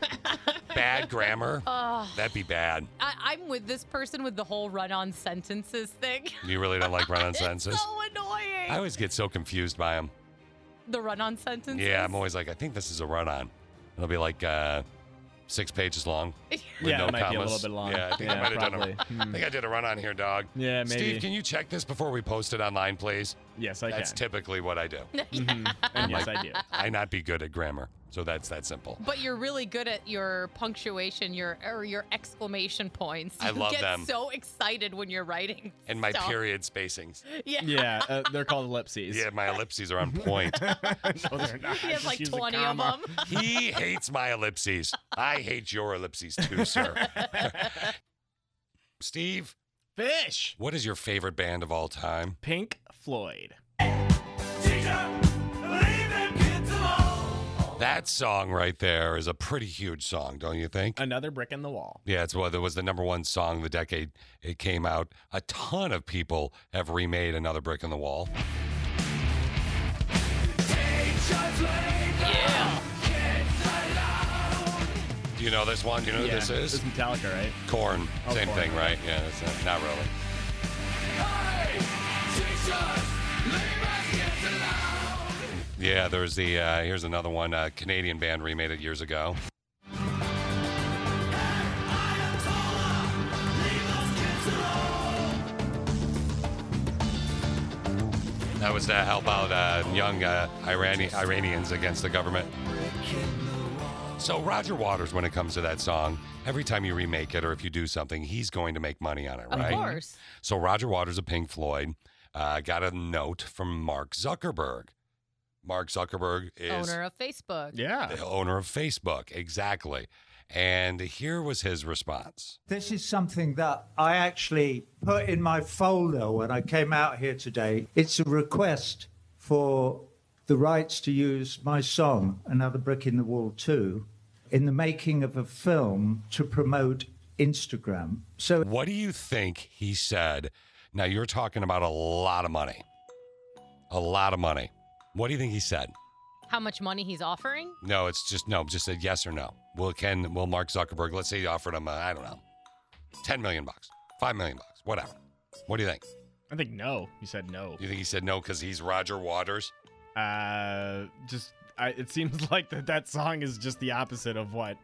bad grammar.
Ugh.
That'd be bad.
I, I'm with this person with the whole run on sentences thing.
You really don't like run on sentences.
so annoying.
I always get so confused by them.
the run-on sentence.
Yeah, I'm always like, I think this is a run on. It'll be like uh, six pages long. with
Yeah,
no
it might be a
commas.
little bit long.
Yeah, I think I
Yeah,
might have done
probably. Hmm.
a, I think I did a run on here, dog.
Yeah, maybe.
Steve, can you check this before we post it online, please?
Yes, I
That's
can. Mm-hmm.
typically what I do.
And
Like,
yes, I do.
I not be good at grammar, so that's that simple.
But you're really good at your punctuation, your or your exclamation points.
I
You
love
get
them.
so excited when you're writing.
And my
stuff.
period spacings.
Yeah.
Yeah, uh, they're called ellipses.
Yeah, my ellipses are on point.
He has like
Just use a
20 of them.
comma.
he hates my ellipses. I hate your ellipses too, sir. Steve.
Fish.
What is your favorite band of all time?
Pink Floyd.
That song right there is a pretty huge song, don't you think?
Another brick in the wall.
Yeah, it's well, it was the number one song of the decade it came out. A ton of people have remade Another Brick in the Wall. Do you know this one? Do you know
Yeah,
who this is?
It's Metallica, right?
Corn.
Oh,
Same
Korn.
thing, right? Yeah, it's not, not really. Yeah, there's the, uh, here's another one. A Canadian band remade it years ago. That was to help out uh, young uh, Irani- Iranians against the government. So Roger Waters, when it comes to that song, every time you remake it or if you do something, he's going to make money on it,
Of
right?
course.
So Roger Waters of Pink Floyd uh, got a note from Mark Zuckerberg. Mark Zuckerberg is
Owner of Facebook.
the owner of Facebook, exactly. And here was his response.
This is something that I actually put in my folder when I came out here today. It's a request for the rights to use my song, Another Brick in the Wall 2, in the making of a film to promote Instagram. So,
What do you think he said? Now you're talking about a lot of money. A lot of money. What do you think he said?
How much money he's offering?
No, it's just no, just a yes or no. Will Ken will Mark Zuckerberg, let's say he offered him uh, I don't know. 10 million bucks, 5 million bucks, whatever. What do you think?
I think no. You said no.
You think he said no cuz he's Roger Waters?
Uh, just I, it seems like that that song is just the opposite of what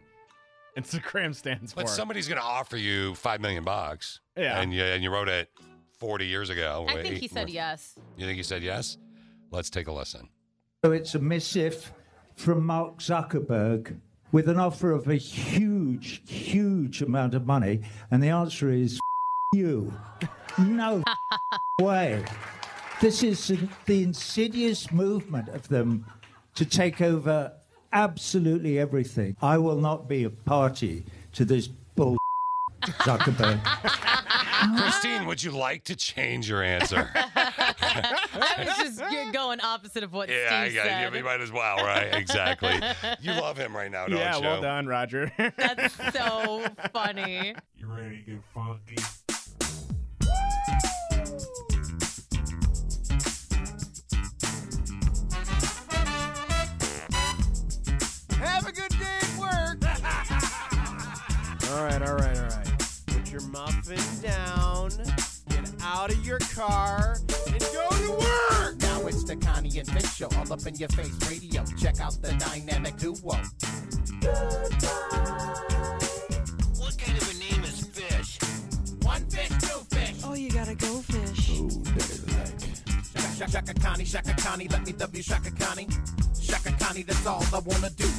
Instagram stands for.
But somebody's going to offer you 5 million bucks.
Yeah.
And you and you wrote it 40 years ago.
I think
Wait,
he said
or-
yes.
You think he said yes? Let's take a listen.
so it's a missive from Mark Zuckerberg with an offer of a huge, huge amount of money. And the answer is you. No way. This is the insidious movement of them to take over absolutely everything. I will not be a party to this bull Zuckerberg.
Uh-huh.
Christine, would you like to change your answer?
I was just you're going opposite of what
yeah, I
Steve
got
said.
it. We might as well, right? Exactly. You love him right now, don't
yeah,
you?
well done, Roger.
That's so funny.
You ready to get funky?
Have a good day at work.
All right, all right, all right.
Put your muffin down, get out of your car, and go to work.
Now it's the Connie and Big Show, all up in your face radio. Check out the dynamic duo. What kind of a name is Fish? One fish, two fish. Oh, you gotta go fish. Ooh, dirty like. Shaka, shaka, shaka, Connie, shaka, Connie, let me W, shaka, Connie. Shaka, Connie, that's all I wanna do.